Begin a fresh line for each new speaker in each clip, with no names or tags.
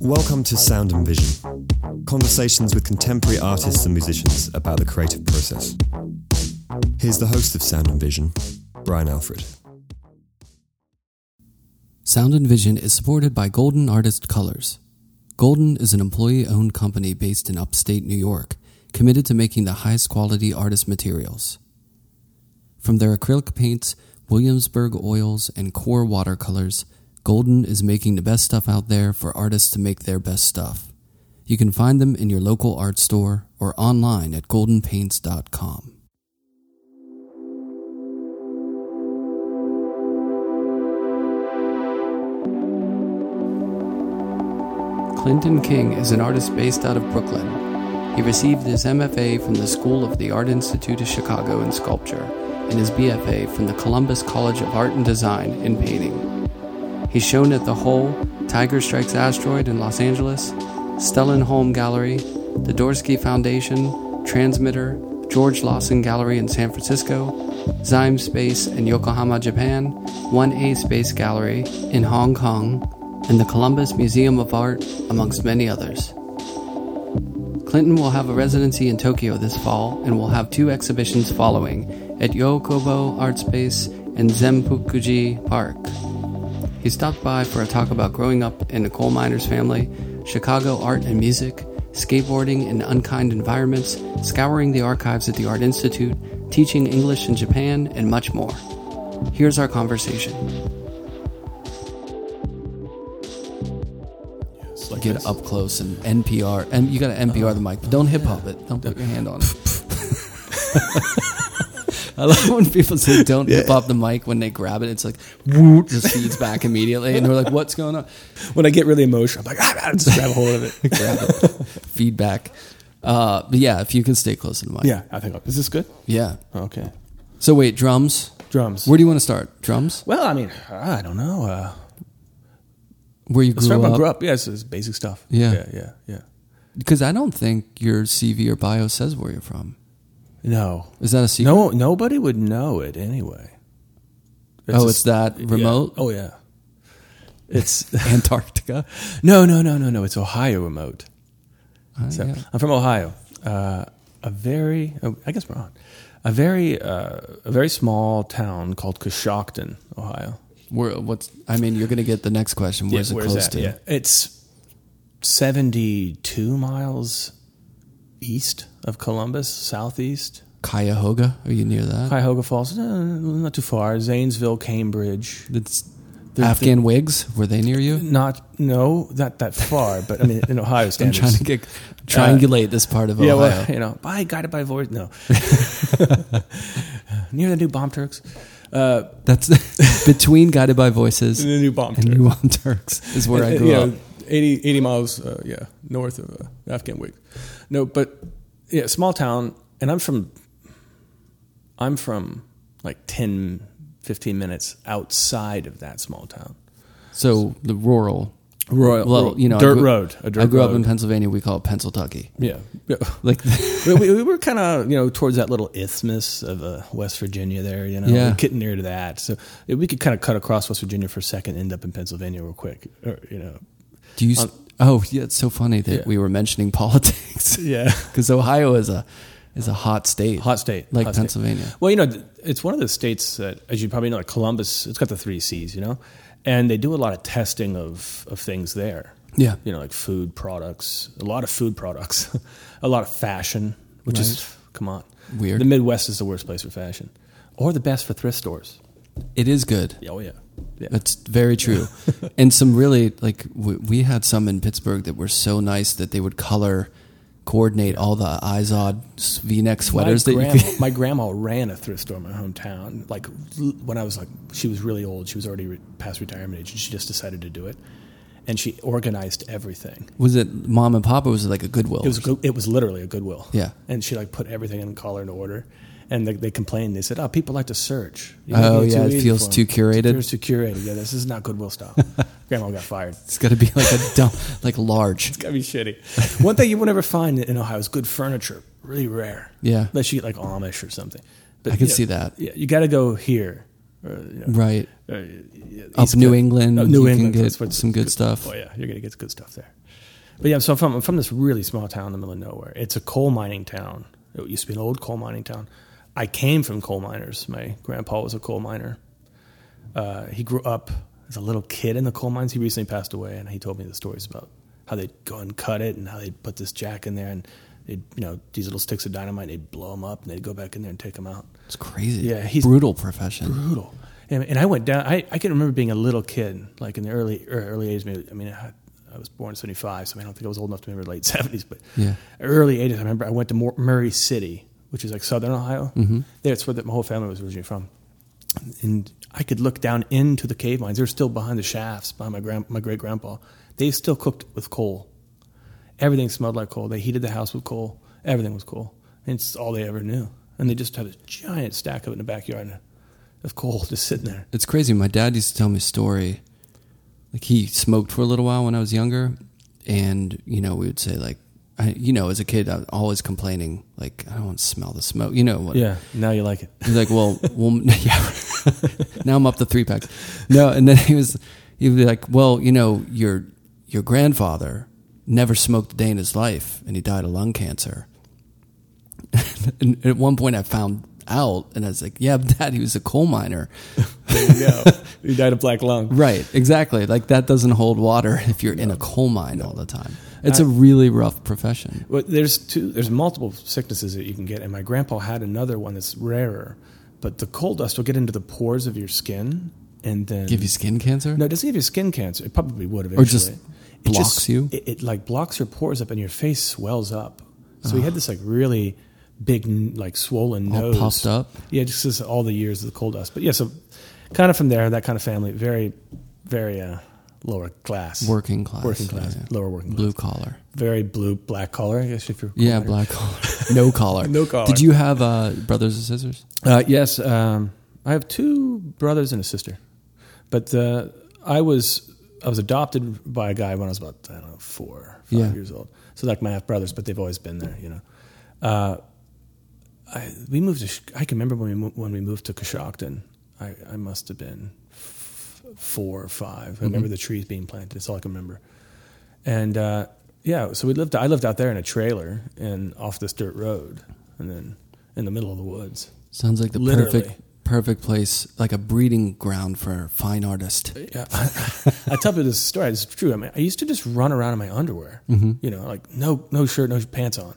Welcome to Sound and Vision conversations with contemporary artists and musicians about the creative process. Here's the host of Sound and Vision, Brian Alfred.
Sound and Vision is supported by Golden Artist Colors. Golden is an employee owned company based in upstate New York, committed to making the highest quality artist materials. From their acrylic paints, Williamsburg oils, and core watercolors, Golden is making the best stuff out there for artists to make their best stuff. You can find them in your local art store or online at goldenpaints.com. Clinton King is an artist based out of Brooklyn. He received his MFA from the School of the Art Institute of Chicago in sculpture and his BFA from the Columbus College of Art and Design in painting. He's shown at the Hole, Tiger Strikes Asteroid in Los Angeles, Stellenholm Gallery, the Dorsky Foundation, Transmitter, George Lawson Gallery in San Francisco, Zyme Space in Yokohama, Japan, 1A Space Gallery in Hong Kong, and the Columbus Museum of Art, amongst many others. Clinton will have a residency in Tokyo this fall and will have two exhibitions following at Yokobo Art Space and Zenpukuji Park. He stopped by for a talk about growing up in a coal miner's family, Chicago art and music, skateboarding in unkind environments, scouring the archives at the Art Institute, teaching English in Japan, and much more. Here's our conversation.
It's like
Get
this.
up close and NPR, and you got to NPR the mic. but Don't hip hop it. Don't put your hand on it. I love when people say don't hip hop the mic when they grab it. It's like woo, just feeds back immediately, and we're like, "What's going on?"
When I get really emotional, I'm like, ah, ah, just grab a hold of it.
grab it. feedback. Uh, but yeah, if you can stay close to the mic.
yeah, I think is this good?
Yeah.
Okay,
So wait, drums.
drums.
Where do you want to start? Drums.
well, I mean, I don't know. Uh,
Where you
let's
grew
talk about
up?
grew up. Yeah, it's, it's basic stuff.
Yeah.
yeah, yeah, yeah.
Because I don't think your CV or bio says where you're from.
No,
Is that a secret?
no, nobody would know it anyway.
oh,
just-
it's that
yeah.
remote
Oh yeah, it's
Antarctica.
no, no, no, no, no. It's Ohio remote.
Uh,
So
yeah.
I'm from Ohio. Uh, a very, oh, I guess we're on. A very, uh, a very small town called Coshocton, Ohio.
Where? What's? I mean, you're gonna get the next question. Where's
Yeah,
it
where's
close
that?
to?
Yeah. It's 72 miles east of Columbus, southeast.
Cuyahoga. Are you near that?
Cuyahoga Falls, eh, not too far. Zanesville, Cambridge.
That's Afghan Whigs. Were they near you?
Not, no, not that far, but I mean, in Ohio
I'm
standards.
trying to get triangulate this part of
Uh, yeah,
Ohio.
well, you know, by guided by voice. No. Near the new bomb Turks. Uh,
That's between Guided by Voices
the new bomb
and
Turks.
New On Turks is where I
And,
grew
you
up.
know, 80, 80 miles, uh, yeah, north of uh, Afghan Week. No, but yeah, small town, and I'm from, I'm from like 10, 15 minutes outside of that small town.
So the rural,
Royal,
well, you know, I
dirt
grew-
road. A dirt
I grew
road.
up in Pennsylvania. We call it Pennsyltucky.
yeah. yeah.
Like,
we, we we were kind of you know towards that little isthmus of uh, West Virginia there. You know,
Yeah.
We're getting near to that, so we could kind of cut across West Virginia for a second, end up in Pennsylvania real quick. Or, you know,
do you? s oh, yeah. It's so funny that
uh, Yeah.
we were mentioning politics
yeah,
because Ohio is a is a hot state,
hot state
like
hot state.
Pennsylvania.
Well, you know, th- it's one of the states that, as you probably know, like Columbus, it's got the three C's, you know, and they do a lot of testing of, of things there.
Yeah.
You know, like food products, a lot of food products, a lot of fashion, which is, come on.
Weird.
The Midwest is the worst place for fashion or the best for thrift stores.
It is good.
Yeah, Oh, yeah. Yeah.
That's very true. and some really like we, we had some in Pittsburgh that were so nice that they would color coordinate all the Izod s- V-neck sweaters that
my,
you
grandma,
could,
my grandma ran a thrift store in my hometown. Like l- when I was like, she was really old. She was already re- past retirement age, and she just decided to do it. And she organized everything.
was it mom and pop or was it like a Goodwill?
It was go- it was literally a Goodwill.
Yeah.
and she like put everything in collar and order, and they, they complained. They said, "Oh, people like to search." You
Oh,
make
yeah, it
easy
feels
for
too
'em.
curated.
It feels too curated. Yeah, this is not Goodwill style. Grandma got fired.
it's got to be like a dumb, like large.
It's gotta be shitty. One thing you won't ever find in Ohio is good furniture. Really rare.
Yeah.
unless you get like Amish or something. But
I can
you know,
see that.
Yeah, you got to go here. Or, you know,
Right.
uh, yeah,
Up
East
New
Coast.
England,
Up New
you
England.
can
that's
get
what's-
some good stuff.
Oh yeah, you're gonna get good stuff there. But yeah, so I'm from, I'm from this really small town in the middle of nowhere. It's a coal mining town. It used to be an old coal mining town. I came from coal miners. My grandpa was a coal miner. Uh, he grew up as a little kid in the coal mines. He recently passed away, and he told me the stories about how they'd go and cut it and how they'd put this jack in there and they'd, you know, these little sticks of dynamite, and they'd blow them up and they'd go back in there and take them out.
It's crazy.
Yeah, he's-
brutal profession.
brutal. And, and I went down. I, I can remember being a little kid, like in the early er, early age. Maybe, I mean, I, I was born in '75, so I, mean, I don't think I was old enough to remember late '70s, but
Yeah.
early '80s. I remember I went to Mor- Murray City, which is like Southern Ohio. Mm-hmm. That's where the, my whole family was originally from, and I could look down into the cave mines. They're still behind the shafts, behind my grand, my great grandpa. They still cooked with coal. Everything smelled like coal. They heated the house with coal. Everything was coal. And it's all they ever knew. And they just had a giant stack of it in the backyard of coal just sitting there.
It's crazy. My dad used to tell me a story. Like he smoked for a little while when I was younger, and you know we would say like, I, you know, as a kid I was always complaining like I don't want to smell the smoke. You know what?
Yeah, now you like it.
He's like, well, well yeah. now I'm up to three packs. No, and then he was, he'd be like, well, you know, your your grandfather never smoked a day in his life, and he died of lung cancer. and at one point, I found out, and I was like, yeah, but Dad, he was a coal miner.
There you go. you died of black lung.
Right, exactly. Like that doesn't hold water if you're in a coal mine all the time. It's a really rough profession.
Well, there's two. There's multiple sicknesses that you can get, and my grandpa had another one that's rarer. But the coal dust will get into the pores of your skin, and then
Give you skin cancer?
No, it doesn't give you skin cancer. It probably would eventually.
just
It
blocks you?
It, it like blocks your pores up, and your face swells up. So he had this like really big, n- like swollen
All
nose,
puffed up?
Yeah, just, just all the years of the coal dust. But yeah, so kind of from there, that kind of family, very, very uh, lower class,
Working class.
working class,
yeah.
lower working class,
Blue collar.
very blue, black collar. I guess if you're
Yeah, black collar. No collar.
No collar.
Did you have uh, brothers and sisters?
Uh, yes, um, I have two brothers and a sister, but uh, I was I was adopted by a guy when I was about I don't know four, five
Yeah.
years old. So like my half brothers, but they've always been there, you know. Uh, I, we moved to. Sh- I can remember when we mo- when we moved to Coshocton. I, I must have been f- four or five. I remember the trees being planted. That's all I can remember. And uh, yeah, so we lived. I lived out there in a trailer and off this dirt road, and then in the middle of the woods.
Sounds like the
Literally.
perfect perfect place, like a breeding ground for a fine artist.
Yeah, I, I tell people this story. It's true. I mean, I used to just run around in my underwear.
Mm-hmm.
You know, like no no shirt, no pants on.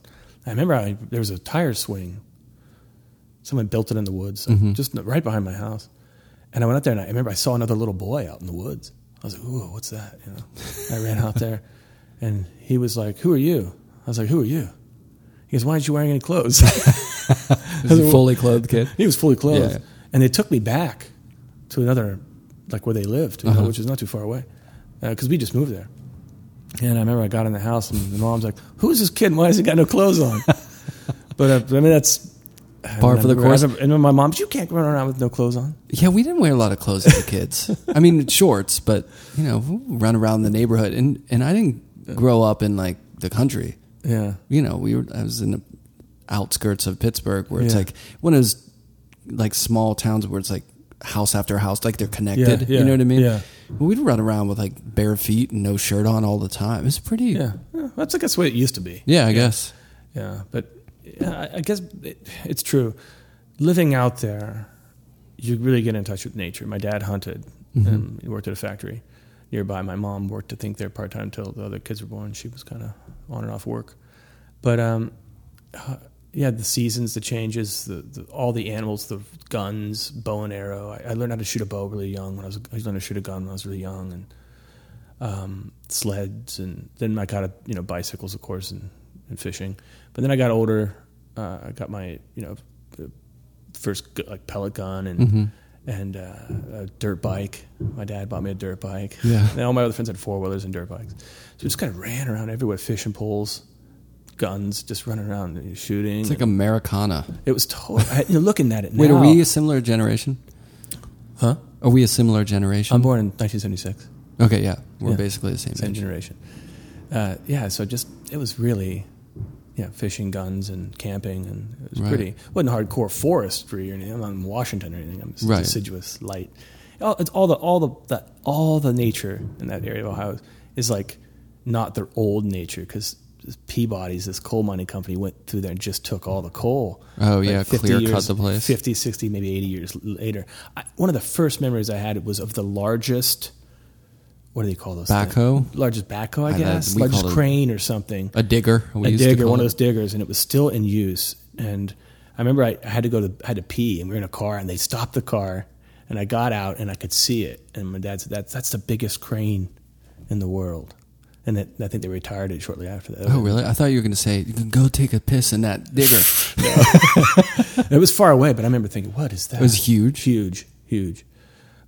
I remember I, there was a tire swing. Someone built it in the woods, like,
Mm-hmm.
just right behind my house. And I went out there, and I remember I saw another little boy out in the woods. I was like, "Ooh, what's that?" You know, I ran out there, and he was like, "Who are you?" I was like, "Who are you?" He goes, "Why aren't you wearing any clothes?"
Is he a fully clothed kid?
He was fully clothed.
Yeah.
And they took me back to another, like where they lived, you
Uh-huh.
know, which is not too far away, because we just moved there. And I remember I got in the house and the mom's like, "Who's this kid? Why has he got no clothes on?" but uh, I mean, that's
Par for the course.
And then my mom, you can't run around with no clothes on.
Yeah, we didn't wear a lot of clothes as kids. I mean, shorts, but you know, run around the neighborhood, and and I didn't grow up in like the country.
Yeah,
You know, we were I was in the outskirts of Pittsburgh, where it's
Yeah.
like one of those like small towns where it's like house after house, like they're connected.
yeah,
you know what I mean?
yeah.
We'd run around with like bare feet and no shirt on all the time. It's pretty.
yeah. Yeah, That's like that's the way it used to be.
Yeah, I guess.
Yeah, but yeah, I- I guess it, it's true. Living out there, you really get in touch with nature. My dad hunted and he worked at a factory nearby. My mom worked, I think, there part time till the other kids were born. She was kind of on and off work, but um, uh, yeah, the seasons, the changes, the, the all the animals, the guns, bow and arrow. I, I learned how to shoot a bow really young. When I was, I learned how to shoot a gun when I was really young, and um, sleds, and then I got a, you know bicycles, of course, and, and fishing. But then I got older. Uh, I got my you know uh, first gu- like pellet gun and and uh, a dirt bike. My dad bought me a dirt bike.
Yeah.
And all my other friends had four wheelers and dirt bikes. So just kind of ran around everywhere, fishing poles, guns, just running around and shooting.
It's like Americana.
it was total. I, you're looking at it now.
Wait, are we a similar generation?
Huh?
Are we a similar generation?
I'm born in 1976.
okay, yeah, we're
Yeah.
basically the same,
same
age.
generation. Uh, yeah, so just it was really, yeah, fishing guns and camping, and it was
Right.
pretty. wasn't hardcore forestry or anything. I'm not in Washington or anything. I'm just
Right.
deciduous light. All, it's all the all the, the all the nature in that area of Ohio is like not their old nature because Peabody's, this coal mining company, went through there and just took all the coal.
Oh, yeah, clear cut
years,
the place.
50, 60, maybe 80 years l- later. I, one of the first memories I had was of the largest, what do they call those? things?
Backhoe?
Largest backhoe, I
I-
guess.
we
largest
called it-
crane or something
A digger. We
a
used to
digger,
call
one
it.
of those diggers, and it was still in use. And I remember I, I had to go to I had to pee, and we were in a car, and they stopped the car, and I got out, and I could see it. And my dad said, "That's that's the biggest crane in the world," and it, I think they retired it shortly after that.
Oh, really? I thought you were going to say, "You can go take a piss in that digger. it
It was far away, but I remember thinking, "What is that?"
was huge.
huge, huge.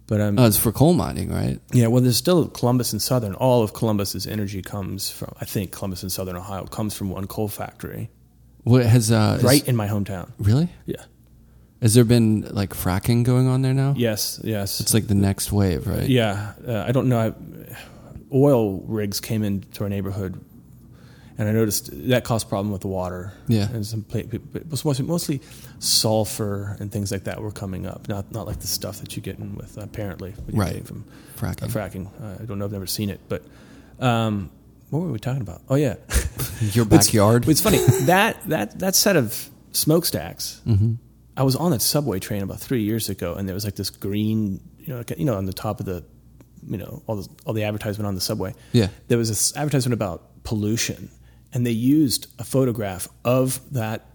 But um,
Oh, it's for coal mining, right?
yeah, well, there's still Columbus and Southern. All of Columbus's energy comes from, I think, Columbus and Southern Ohio comes from one coal factory
What has uh, is-
right in my hometown.
really?
Yeah.
Has there been like fracking going on there now?
Yes. Yes.
It's like the next wave, right?
Yeah, uh, I don't know. I, oil rigs came into our neighborhood, and I noticed that caused problem with the water.
Yeah.
and some pla- but it was mostly, mostly sulfur and things like that were coming up. Not not like the stuff that you get in with apparently when you're
Right.
getting from
Fracking.
uh, fracking. Uh, I don't know. I've never seen it, but. Um, what were we talking about? Oh yeah,
Your backyard.
It's, funny that that that set of smokestacks. I was on that subway train about three years ago, and there was like this green, you know, like, you know, on the top of the, you know, all the all the advertisement on the subway.
Yeah.
there was this advertisement about pollution, and they used a photograph of that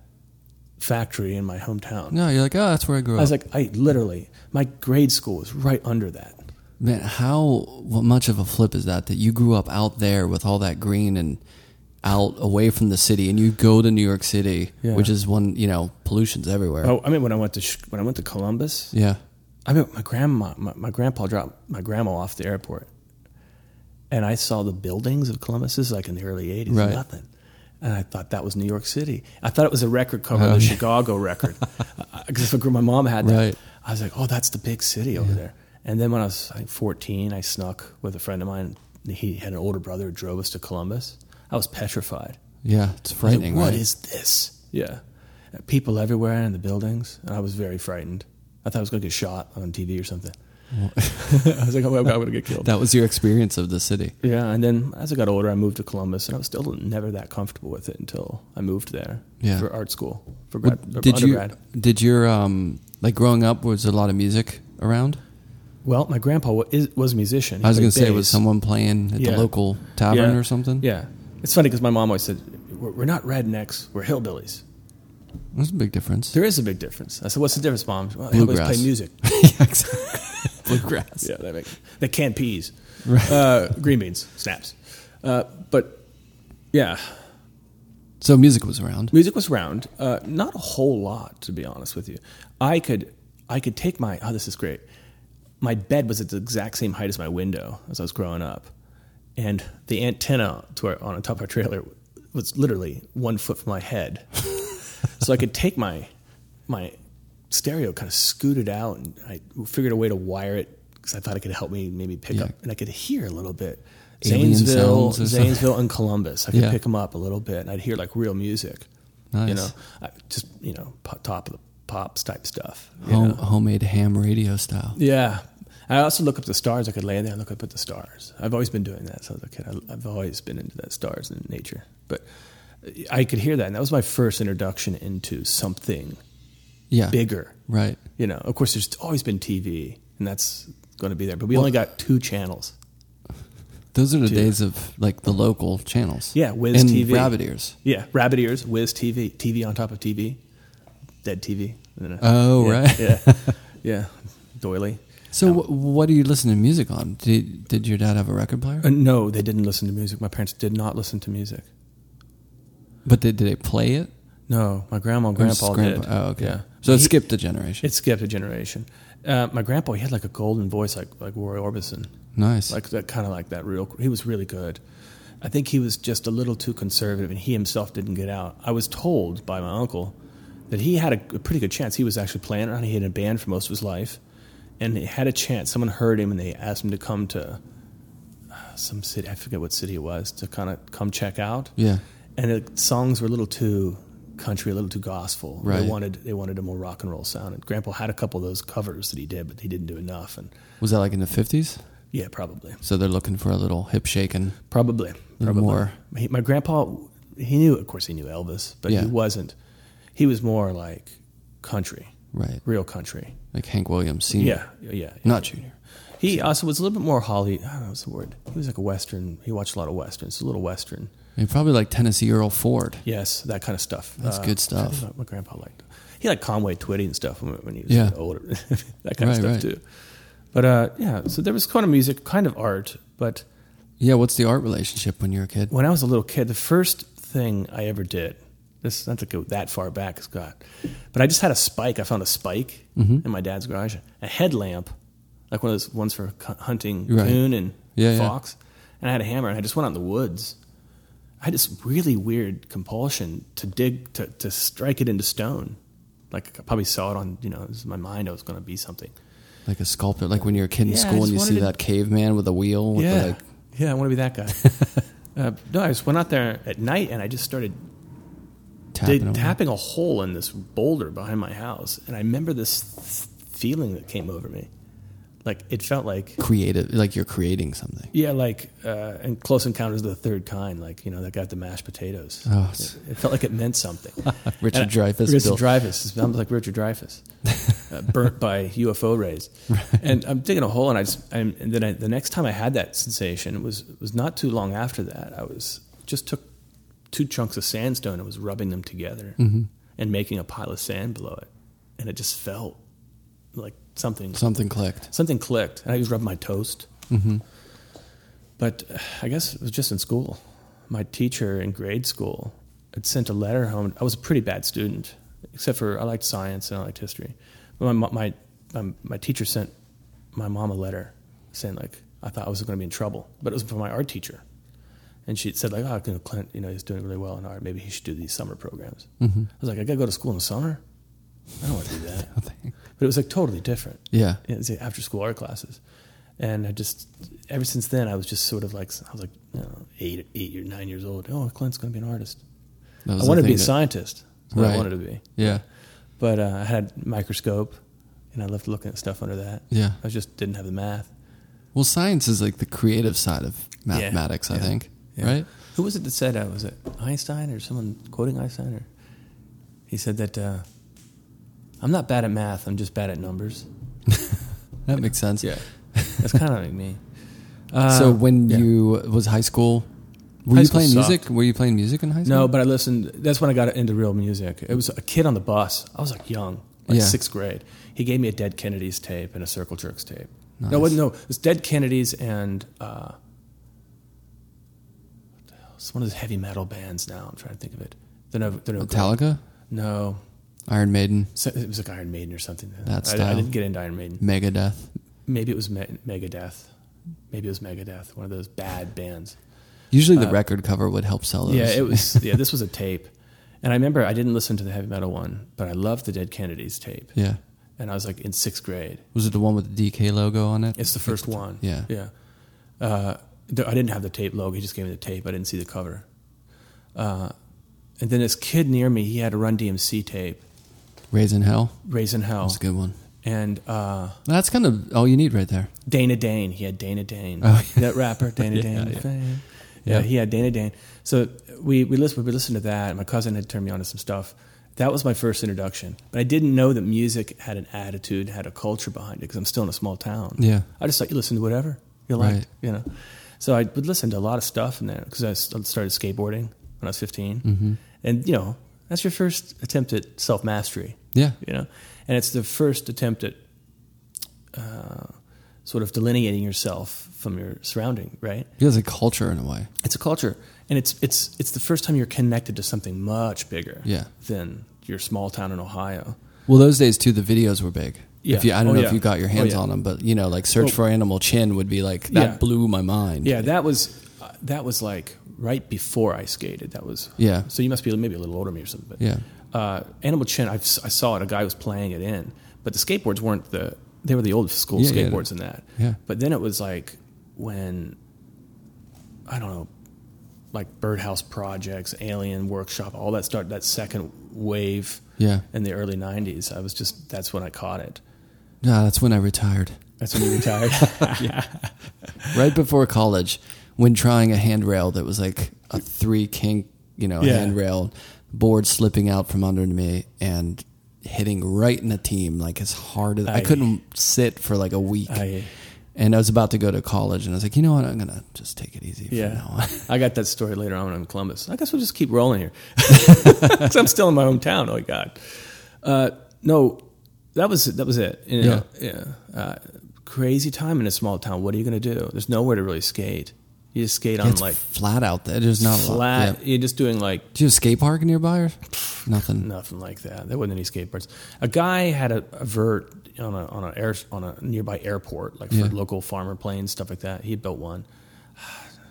factory in my hometown.
no, you're like, oh, that's where I grew
I
up.
was like, I literally, my grade school was right under that.
Man, how what much of a flip is that? That you grew up out there with all that green and out away from the city, and you go to New York City,
Yeah.
which is one you know pollution's everywhere.
Oh, I mean, when I went to Sh- when I went to Columbus,
Yeah,
I mean, my grandma, my, my grandpa dropped my grandma off the airport, and I saw the buildings of Columbus. This is like in the early '80s,
Right.
nothing. And I thought that was New York City. I thought it was a record cover, of
Oh,
the
yeah.
Chicago record, because my mom had that.
Right.
I was like, "Oh, that's the big city over there." And then when I was I think 14, I snuck with a friend of mine. He had an older brother who drove us to Columbus. I was petrified.
yeah, it's
I was
frightening.
Like, what
right?
is this? Yeah. People everywhere in the buildings. And I was very frightened. I thought I was going to get shot on TV or something. I was like, oh my God, I'm going to get killed.
that was your experience of the city?
yeah. And then as I got older, I moved to Columbus and I was still never that comfortable with it until I moved there
Yeah.
for art school, for grad, for
did you
undergrad.
did your um like growing up was there a lot of music around?
Well, my grandpa wa- is- was a musician. He
I was gonna
played
say was
bass.
someone playing at
Yeah.
the local tavern
Yeah.
or something?
Yeah. It's funny because my mom always said, we're, we're not rednecks, we're hillbillies.
that's a big difference.
There is a big difference. I said, what's the difference, mom? Well, hillbillies
Bluegrass.
play music.
yeah, exactly. Bluegrass.
Yeah, that makes the canned peas, uh, green beans, snaps. Uh, but yeah,
So music was around.
music was around. Uh, not a whole lot, to be honest with you. I could I could take my oh, this is great. My bed was at the exact same height as my window as I was growing up, and the antenna to our, on the top of our trailer was literally one foot from my head, so I could take my my stereo kind of scooted out, and I figured a way to wire it because I thought it could help me maybe pick
Yeah.
up, and I could hear a little bit.
Alien
Zanesville,
sounds or something.
Zanesville, and Columbus. I could
Yeah.
pick them up a little bit, and I'd hear like real music. You
Nice.
know, I, just you know, pop, top of the pops type stuff. you
Home,
know?
homemade ham radio style.
Yeah. I also look up the stars. I could lay in there and look up at the stars. I've always been doing that. So I was a kid. I, I've always been into that stars and nature. But I could hear that, and that was my first introduction into something
Yeah.
bigger.
Right.
You know, of course, there's always been TV, and that's going to be there. But we only got two channels.
Those are the days of like the local channels.
Yeah, Wiz
and
TV.
Rabbit ears.
Yeah, rabbit ears, whiz TV, TV on top of TV, dead TV.
Oh,
Yeah,
right.
Yeah, yeah, doily.
So wh- what do you listen to music on? Did did your dad have a record player?
Uh, no, they didn't listen to music. My parents did not listen to music.
but did, did they play it?
No, my grandma and
Or just
grandpa,
grandpa-
did.
Oh, okay.
Yeah.
So it
He-
skipped a generation.
It skipped a generation. Uh, my grandpa, he had like a golden voice, like like Roy Orbison,
nice.
like that kind of like that. Real, he was really good. I think he was just a little too conservative, and he himself didn't get out. I was told by my uncle that he had a, a pretty good chance. He was actually playing around. He had a band for most of his life, and he had a chance. Someone heard him, and they asked him to come to uh, some city. I forget what city it was to kind of come check out
yeah.
and the songs were a little too country, a little too gospel.
Right.
They wanted they wanted a more rock and roll sound. And Grandpa had a couple of those covers that he did, but he didn't do enough. And
Was that like in the fifties?
Yeah, probably.
So they're looking for a little hip shaking.
Probably. Probably.
more-
He, my grandpa, he knew, of course, he knew Elvis, but
Yeah.
he wasn't. He was more like country,
Right.
real country.
Like Hank Williams Sr.
Yeah, yeah. yeah.
Not Junior.
He also was a little bit more Holly. I don't know what's the word. He was like a Western. He watched a lot of Westerns, a little Western.
And probably like Tennessee Earl Ford.
Yes, that kind of stuff. Uh,
That's good stuff.
My, my grandpa liked. He liked Conway Twitty and stuff when, when he was
Yeah.
older. that
Right,
kind of stuff
right.
too. But uh, yeah, so there was kind of music, kind of art. But
Yeah, what's the art relationship when you're a kid?
when I was a little kid, the first thing I ever did. This not to go that far back, Scott, but I just had a spike. I found a spike
Mm-hmm.
in my dad's garage, a headlamp, like one of those ones for cu- hunting
Right.
coon and
Yeah, yeah.
fox. And I had a hammer, and I just went out in the woods. I had this really weird compulsion to dig to, to strike it into stone. Like I probably saw it on you know it was in my mind I was going to be something.
Like a sculptor, like when you're a kid in
Yeah, I
school and
just
you see
wanted
that
to-
caveman with a wheel with
yeah,
the like
yeah, I want to be that guy. uh, no, I just went out there at night and I just started
tapping.
dig,
away.
tapping a hole in this boulder behind my house, and I remember this th- feeling that came over me. Like it felt like
Creative, like you're creating something.
yeah, like uh, in Close Encounters of the Third Kind, like you know that guy with the mashed potatoes.
Oh, it's-
It felt like it meant something.
Richard
And I-
Dreyfuss
Richard
built-
Dreyfuss. It sounds like Richard Dreyfuss, uh, burnt by UFO rays. And I'm digging a hole, and I just I'm, and then I, the next time I had that sensation was was not too long after that. I was just took two chunks of sandstone and was rubbing them together
Mm-hmm.
and making a pile of sand below it, and it just felt like something
Something clicked.
something clicked, and I just rubbed my toast. But uh, I guess it was just in school. My teacher in grade school had sent a letter home. I was a pretty bad student, except for I liked science and I liked history. But my mo- my my, my teacher sent my mom a letter saying like I thought I was going to be in trouble, but it was from my art teacher, and she said like Oh, you know, Clint, you know, he's doing really well in art. Maybe he should do these summer programs. I was like, I got to go to school in the summer. I don't want to do that. but it was like totally different
Yeah.
after school art classes. And I just, ever since then, I was just sort of like, I was like, you know, eight, eight or nine years old. Oh, Clint's going to be an artist.
That was
I
the
wanted to be
thing
a
that-
scientist. That's what
Right.
I wanted to be.
Yeah.
But uh, I had a microscope and I loved looking at stuff under that.
Yeah.
I just didn't have the math.
Well, science is like the creative side of mathematics, I
Yeah.
think.
Yeah.
Right?
Who was it that said, uh, was it Einstein or someone quoting Einstein? Or he said that, uh, I'm not bad at math, I'm just bad at numbers.
That makes sense.
That's kind of like me.
so when
Uh, yeah.
you was high school, were
High
you
school
playing music?
sucked.
Were you playing music in high school?
No, but I listened. That's when I got into real music. It was a kid on the bus. I was like young, like
Yeah.
sixth grade. He gave me a Dead Kennedys tape and a Circle Jerks tape. No,
Nice.
it wasn't- no, it was Dead Kennedys and uh, what the hell? it's one of those heavy metal bands. Now I'm trying to think of it. They're no, they're no,
Metallica,
no.
Iron Maiden,
So it was like Iron Maiden or something.
That
I, I
style.
didn't get into Iron Maiden.
Megadeth.
Maybe it was Me- Megadeth. Maybe it was Megadeth. One of those bad bands.
Usually the record cover would help sell those.
Uh, Yeah, it was. Yeah, this was a tape, and I remember I didn't listen to the heavy metal one, but I loved the Dead Kennedys tape,
yeah.
and I was like in sixth grade.
Was it the one with the DK logo on it?
It's the first one.
Yeah.
yeah. Uh, th- I didn't have the tape logo. He just gave me the tape. I didn't see the cover. Uh, and then this kid near me, he had a Run DMC tape,
Raising Hell.
Raising Hell,
That's a good one.
and uh,
That's kind of all you need right there.
Dana Dane. He had Dana Dane,
Oh, yeah.
that rapper, Dana
Yeah,
Dane.
yeah.
Fame. Yeah,
Yeah.
he had Dana Dane. So we we listened, we listened to that, and my cousin had turned me on to some stuff. That was my first introduction, but I didn't know that music had an attitude, had a culture behind it, because I'm still in a small town.
Yeah.
I just thought you listen to whatever you
Right.
liked, you know. So I would listen to a lot of stuff in there because I s- I started skateboarding when I was 15,
Mm-hmm.
and you know that's your first attempt at self mastery
Yeah.
you know and it's the first attempt at uh, sort of delineating yourself from your surrounding right
It was a culture in a way.
it's a culture and it's it's it's the first time you're connected to something much bigger
Yeah.
than your small town in ohio
Well, those days too, the videos were big.
Yeah.
If you, I don't
Oh,
know if
yeah.
you got your
Oh,
hands
yeah.
on them, but you know, like Search
Oh.
for Animal Chin would be like that
Yeah.
blew my mind.
yeah that was uh, that was like right before i skated that was
Yeah.
so you must be maybe a little older than me or something but
Yeah.
uh, animal chin I've, si saw it a guy was playing it in but the skateboards weren't the they were the old school
Yeah, yeah.
skateboards in that
Yeah.
but then it was like when i don't know like birdhouse projects alien workshop all that started that second wave
Yeah.
in the early 90s i was just that's when i caught it
Yeah, that's when I retired.
That's when you retired. yeah.
right before college when trying a handrail that was like a three kink, you know,
Yeah.
handrail board slipping out from under me and hitting right in the team like as hard as I,
Aye.
couldn't sit for like a week.
Aye.
And I was about to go to college and I was like, you know what, I'm gonna just take it easy from now
Yeah.
on.
I got that story later on in Columbus. I guess we'll just keep rolling here. 'Cause I'm still in my hometown. Oh, God. Uh, no, that was it. That was it. You know, yeah. Uh, crazy time in a small town. What are you going to do? There's nowhere to really skate. You just skate on
It's
like
flat out there. There's not a lot.
flat.
Yeah.
You're just doing like
Do you have a skate park nearby or nothing?
nothing like that. There wasn't any skateboards. A guy had a, a vert on a on a air on a nearby airport, like for
Yeah.
local farmer planes, stuff like that. He built one.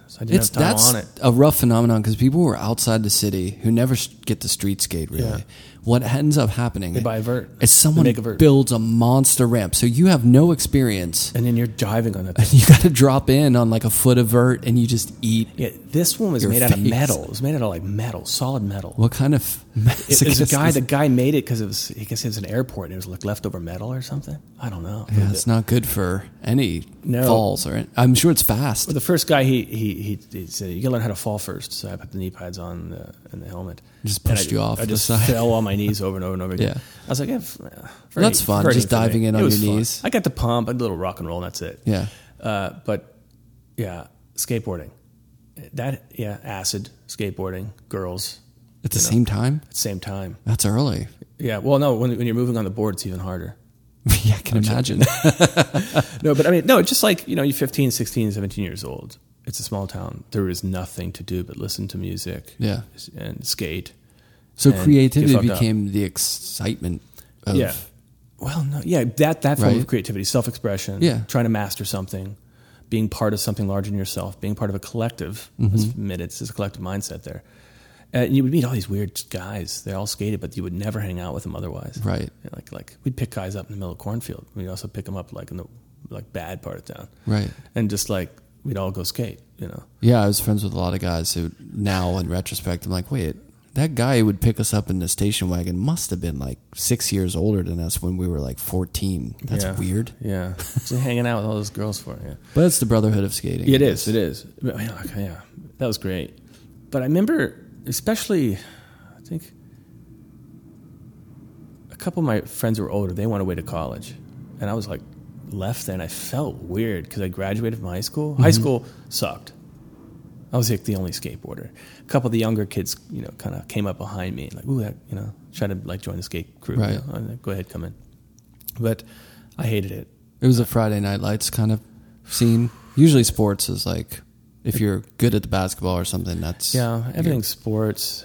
So I didn't
It's
have time
that's
on it.
a rough phenomenon because people who are outside the city who never s- get to street skate really.
Yeah.
What ends up happening
They buy a vert.
is someone
They make a vert.
builds a monster ramp, so you have no experience.
And then you're diving on it.
You got to drop in on like a foot of vert, and you just eat.
Yeah, this one was
Your
made out of
face.
metal. It was made out of like metal, solid metal.
What kind of
it, it was a
masochist
guy.
is-
The guy made it because it was. I guess it was an airport. and It was like leftover metal or something. I don't know.
Yeah, it's not good for any
No.
falls or an- I'm sure it's fast.
Well, the first guy, he, he, he, he said, you gotta learn how to fall first. So I put the knee pads on and the, and the helmet.
Just
And
pushed
I,
you off
I
the
just
side.
fell on my knees over and over and over again.
Yeah.
I was like, yeah, f- yeah, for
That's
eight-
fun,
for
just
eight for
diving
me.
in on
It
your
was fun.
knees.
I got the pump, I did a little rock and roll, and that's it.
Yeah.
Uh, but yeah, skateboarding. That, yeah, acid, skateboarding, girls,
At the same time,
at the same time.
that's early.
Yeah, well, no, when, when you're moving on the board, it's even harder.
yeah, I can imagine.
No, but I mean, no, it's just like, you know, you're 15, 16, 17 years old. It's a small town. There is nothing to do but listen to music
yeah.
and skate.
So
and
creativity
get fucked up.
became the excitement of
yeah. Well, no, yeah, that that form
Right.
of creativity, self-expression,
Yeah.
trying to master something, being part of something larger than yourself, being part of a collective.
Mm-hmm.
It's minutes is a collective mindset there. Uh, and you would meet all these weird guys. They all skated, but you would never hang out with them otherwise.
Right.
Yeah, like like we'd pick guys up in the middle of cornfield. We'd also pick them up like in the like bad part of town,
Right.
and just like we'd all go skate. You know.
Yeah, I was friends with a lot of guys who now in retrospect I'm like, wait, that guy who would pick us up in the station wagon must have been like six years older than us when we were like fourteen. That's
Yeah.
weird.
Yeah. just hanging out with all those girls for yeah.
But it's the brotherhood of skating.
It is. It is. But, man, like, yeah, that was great. But I remember, especially, I think a couple of my friends were older. They went away to college, and I was like left there, and I felt weird because I graduated from high school. High school sucked. I was like the only skateboarder. A couple of the younger kids, you know, kind of came up behind me, like, ooh, that, you know, try to like join the skate crew. you
Right.
know, and, like, Go ahead, come in. But I hated it.
It was a Friday night lights kind of scene. Usually sports is like if you're good at the basketball or something, that's
Yeah, everything's sports.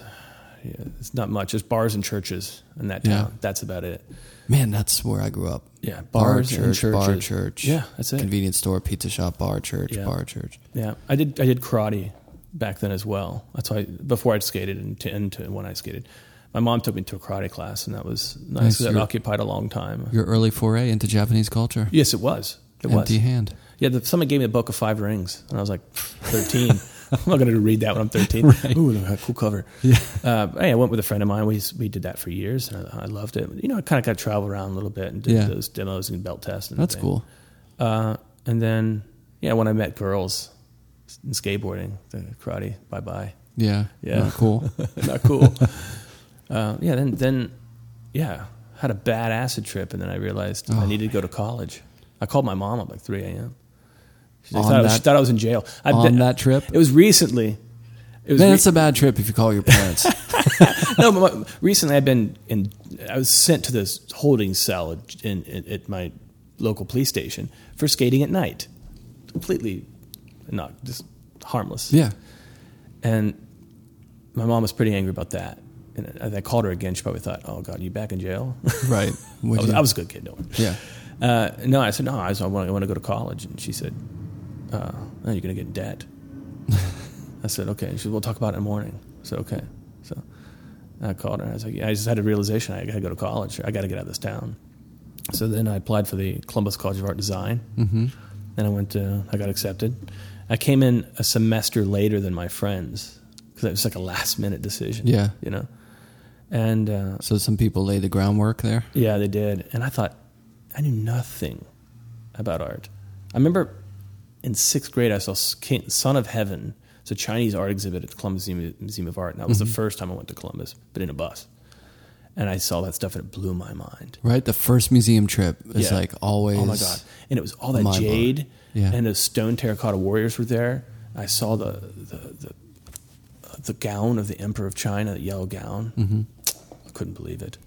Yeah, it's not much. There's bars and churches in that town.
Yeah.
That's about it.
man, that's where I grew up.
Yeah,
Bar
bars and
church,
churches.
bar church.
Yeah, that's it.
Convenience store, pizza shop, bar church,
Yeah.
bar church.
Yeah, I did. I did karate back then as well. That's why before I skated and to, and to when I skated, my mom took me to a karate class, and that was
Nice.
nice. 'cause That
You're-
occupied a long time.
Your early foray into Japanese culture.
Yes, it was. It
Empty
was.
hand.
Yeah, the, someone gave me a book of five rings, and I was like, thirteen. I'm not going to read that when I'm thirteen. Ooh, look, cool cover. Yeah. Uh, hey, I went with a friend of mine. We we did that for years, and I, I loved it. You know, I kind of got to travel around a little bit and did
Yeah.
those demos and belt tests. And
That's
everything.
cool.
Uh, and then, yeah, when I met girls in skateboarding, the karate, bye bye,
Yeah.
Yeah.
Not cool.
not cool. uh, yeah, then then, yeah, had a bad acid trip, and then I realized
Oh,
I needed to go to college. I called my mom up like three a.m. She
On
thought, I was, she
that-
thought I was in jail. I've
on that trip?
It was recently. It was
Man,
re-
it's a bad trip if you call your parents.
no, but my- recently I've been in. I was sent to this holding cell at- in, in, at my local police station for skating at night. Completely, not just harmless.
yeah.
And my mom was pretty angry about that. And I, I called her again. She probably thought, "Oh God, you back in jail?"
Right.
I,
Would
was,
you-
I was a good kid, no. worries.
Yeah.
Uh, no, I said no. I, was, I, want, I want to go to college, and she said, uh, "No, you're going to get in debt." I said, "Okay." She said, "We'll talk about it in the morning." I said, "Okay." So I called her. I was like, "Yeah, I just had a realization. I got to go to college. I got to get out of this town." So then I applied for the Columbus College of Art and Design, mm-hmm. and I went to. I got accepted. I came in a semester later than my friends because it was like a last minute decision.
Yeah.
you know, and uh,
So some people lay the groundwork there.
yeah, they did. And I thought, I knew nothing about art. I remember in sixth grade I saw S- King- Son of Heaven. It's a Chinese art exhibit at the Columbus Mu- Museum of Art, and that was the first time I went to Columbus, but in a bus. And I saw that stuff, and it blew my mind.
Right, the first museum trip is
Yeah.
like always.
Oh my god! And it was all that
mind blowing.
jade,
Yeah.
and the stone terracotta warriors were there. I saw the the the, uh, the gown of the emperor of China, the yellow gown. Mm-hmm. I couldn't believe it.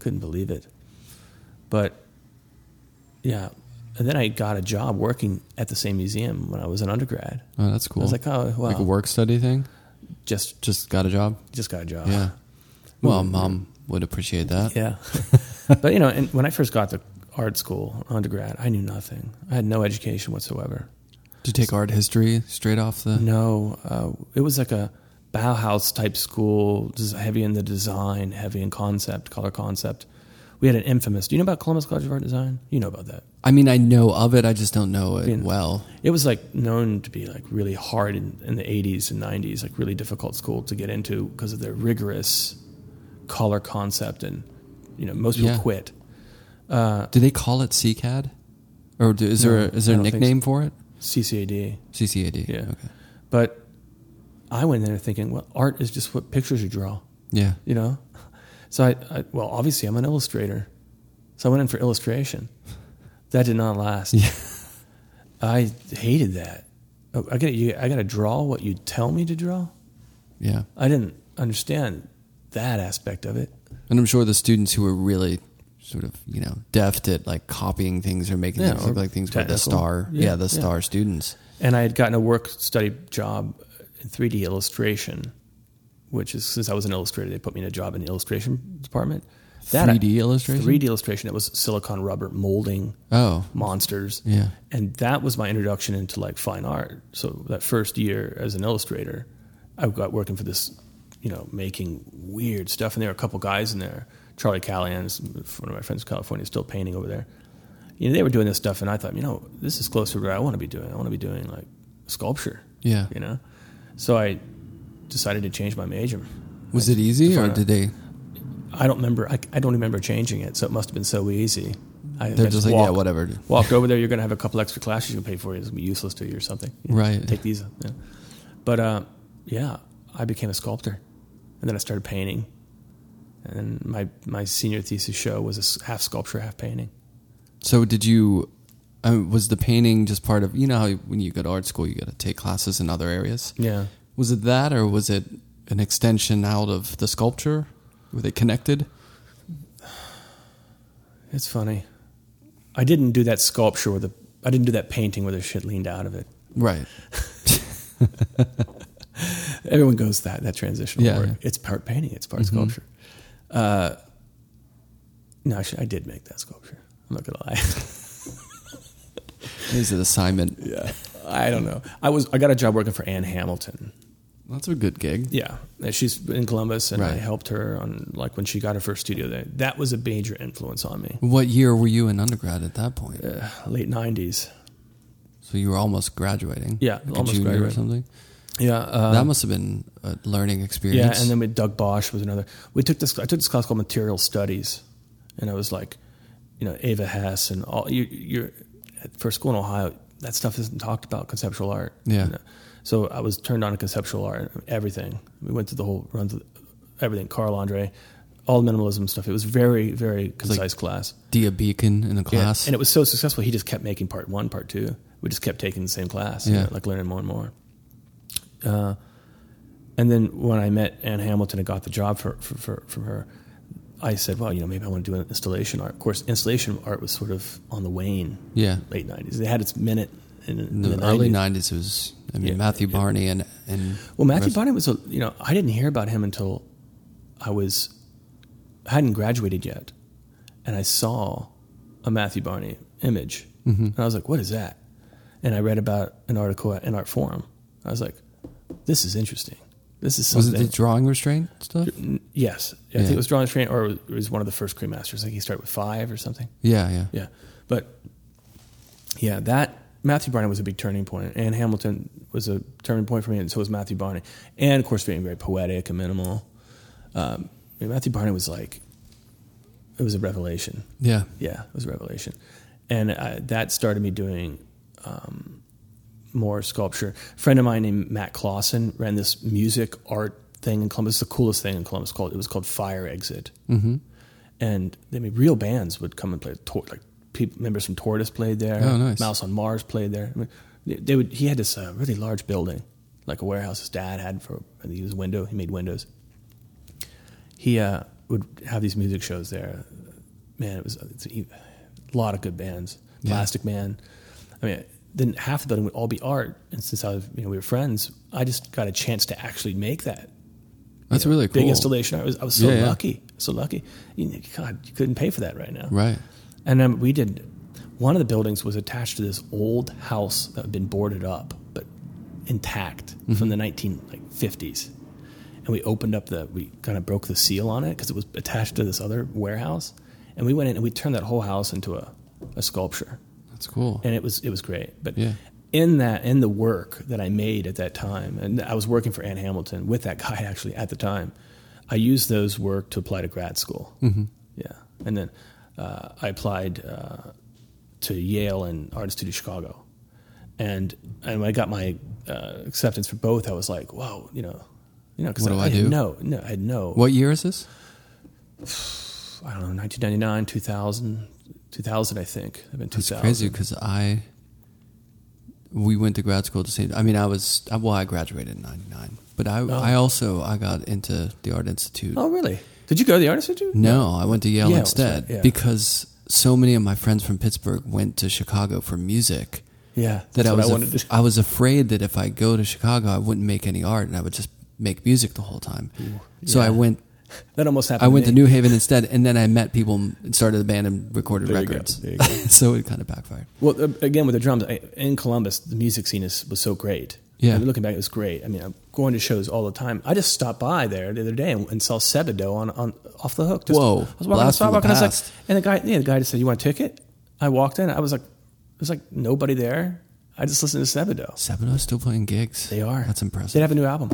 Couldn't believe it. But yeah, and then I got a job working at the same museum when I was an undergrad.
Oh, that's cool.
I was like, oh wow,
like a work study thing.
just
Just got a job.
just got a job.
Yeah. Well, mom would appreciate that.
Yeah. but you know, and when I first got to art school undergrad, I knew nothing. I had no education whatsoever.
To take art history straight off the.
No, uh, it was like a Bauhaus type school, des- heavy in the design, heavy in concept, color concept. We had an infamous. Do you know about Columbus College of Art and Design? You know about that.
I mean, I know of it. I just don't know it well.
It was like known to be like really hard in, in the 80s and 90s, like really difficult school to get into because of their rigorous color concept, and you know most people
Yeah.
quit.
Do they call it CCAD, or do, is there a, is there a
Uh, I don't think
nickname for it?
CCAD.
CCAD.
Yeah.
Okay.
But I went there thinking, well, art is just what pictures you draw.
Yeah.
you know so I, I well obviously i'm an illustrator so i went in for illustration that did not last i hated that Oh, i got you i got to draw what you tell me to draw
Yeah.
i didn't understand that aspect of it
And I'm sure the students who were really sort of you know deft at like copying things or making
Yeah,
things
or
look like things were the
technical.
star.
Yeah,
Yeah, the
yeah.
star students.
and i had gotten a work study job in 3d illustration which is since i was an illustrator they put me in a job in the illustration department
3D illustration?
3d illustration it was silicon rubber molding
Oh.
monsters.
Yeah.
And that was my introduction into like fine art. So that first year as an illustrator, I got working for this, you know, making weird stuff. And there were a couple guys in there. Charlie Callahan, is one of my friends from California, is still painting over there. You know, they were doing this stuff, and I thought, you know, this is closer to what I want to be doing. I want to be doing like sculpture.
Yeah.
You know, so I decided to change my major.
Was it easy or
find out.
did they?
I don't remember. I, I don't remember changing it, so it must have been so easy. I,
They're just like, yeah, whatever.
walk over there. You're going to have a couple extra classes you can pay for. It's going to be useless to you or something. You know,
Right.
Take these. Yeah. But uh, yeah, I became a sculptor, and then I started painting. And my my senior thesis show was a s- half sculpture, half painting.
So did you? I mean, was the painting just part of you know how when you go to art school you got to take classes in other areas?
Yeah.
Was it that or was it an extension out of the sculpture? Were they connected?
It's funny. I didn't do that sculpture with the. I didn't do that painting where the shit leaned out of it.
Right.
Everyone goes that that transitional
Yeah, Mm-hmm.
work.
yeah.
It's part painting. It's part sculpture. Uh, no, actually, I did make that sculpture. I'm not gonna lie.
Is it assignment?
Yeah. I don't know. I was I got a job working for Ann Hamilton.
That's a good gig.
Yeah. And She's in Columbus and I
Right.
helped her on like when she got her first studio there. That was a major influence on me.
What year were you in undergrad at that point?
Uh, late 90s.
So you were almost graduating.
Yeah,
like
almost
a junior or
graduating.
something.
Yeah. Uh,
that must have been a learning
yeah,
experience.
and then with Doug Bosch was another. We took this I took this class called Material Studies and I was like, you know, Ava Hess and all you you're for school in Ohio, that stuff isn't talked about conceptual art.
Yeah.
You know? So I was turned on to conceptual art, everything. We went through the whole run through everything, Carl Andre, all minimalism stuff. It was very, very concise class.
Dia Beacon in a
Yeah.
class.
And it was so successful, he just kept making part one, part two. We just kept taking the same class, you
Yeah.
know, like learning more and more. Uh, and then when I met Ann Hamilton and got the job for, for, for, from her, I said, well, you know, maybe I want to do an installation art. Of course, installation art was sort of on the wane,
yeah.
late 90s. It had its minute in, in
In
the,
the, early
90s.
nineties, it was. I mean,
Yeah,
Matthew Barney and and
Well, Matthew Barney was a you know I didn't hear about him until I was I hadn't graduated yet, and I saw a Matthew Barney image,
Mm-hmm.
and I was like, "What is that?" And I read about an article at an art forum. I was like, "This is interesting. This is
was it
something."
the drawing restraint stuff?
N- yes, I think
Yeah.
it was Drawing Train, or it was one of the first crew masters. Like he started with five or something.
Yeah, yeah,
Yeah, but yeah, that Matthew Barney was a big turning point, and Hamilton was a turning point for me, and so was Matthew Barney, and of course being very poetic and minimal. Um, I mean, Matthew Barney was like, it was a revelation.
yeah.
Yeah, it was a revelation, and I, that started me doing um, more sculpture. A friend of mine named Matt Clausen ran this music art thing in Columbus. It's the coolest thing in Columbus. Called it was called Fire Exit, mm-hmm. and I mean real bands would come and play. Tor- Like people, members from Tortoise played there.
Oh, nice.
Mouse on Mars played there. I mean, they- they would. He had this uh, really large building, like a warehouse. His dad had for and he was a window. He made windows. He uh, would have these music shows there. Man, it was it's a a lot of good bands. Plastic Man. I mean, then half the building would all be art. And since I was, you know, we were friends, I just got a chance to actually make that
That's really cool.
big installation. I was I was so
Yeah, yeah.
lucky, so lucky. You, God, you couldn't pay for that right now.
Right.
And um, we did. One of the buildings was attached to this old house that had been boarded up, but intact from the nineteen like fifties. And we opened up the, we kind of broke the seal on it because it was attached to this other warehouse. And we went in and we turned that whole house into a, a sculpture
That's cool.
and it was it was great. But
Yeah.
in that in the work that I made at that time, and I was working for Ann Hamilton with that guy actually at the time, I used those work to apply to grad school. Mm-hmm. Yeah, and then uh, I applied uh, to Yale and Art Institute of Chicago, and and when I got my uh, acceptance for both, I was like, whoa, you know, you know, because
What
I,
do I
I
do?
didn't know, no, I had no,
What year is this?
I don't know, 1999, 2000, 2000, I think. I've been 2000.
It's crazy because I we went to grad school at the same. I mean, I was I- well, I graduated in '99, but I I also I got into the art institute.
Oh, really? Did you go to the Art Institute?
No, I went to Yale
Yale, that's
instead
right, yeah.
because so many of my friends from Pittsburgh went to Chicago for music.
Yeah,
That
that's
I
what
was
I
I,
wanted to.
I was afraid that if I go to Chicago, I wouldn't make any art and I would just make music the whole time. So I went
That almost happened.
I went
me.
to New Haven instead, and then I met people and started the band and recorded
There you go,
records.
there you go.
so it kind of backfired.
Well, uh, again with the drums I, in Columbus, the music scene is, was so great.
Yeah.
I mean, looking back, it was great. I mean, I'm going to shows all the time. I just stopped by there the other day and, and saw Sebadoh on, on off the hook. Just,
Whoa,
I was walking on the
blast from the
sidewalk and I was
past.
like, and the guy, yeah, the guy just said, "You want a ticket?" I walked in. I was like, there's like nobody there. I just listened to Sebadoh.
Sabino's still playing gigs.
They are.
That's
They
impressive.
have a new album,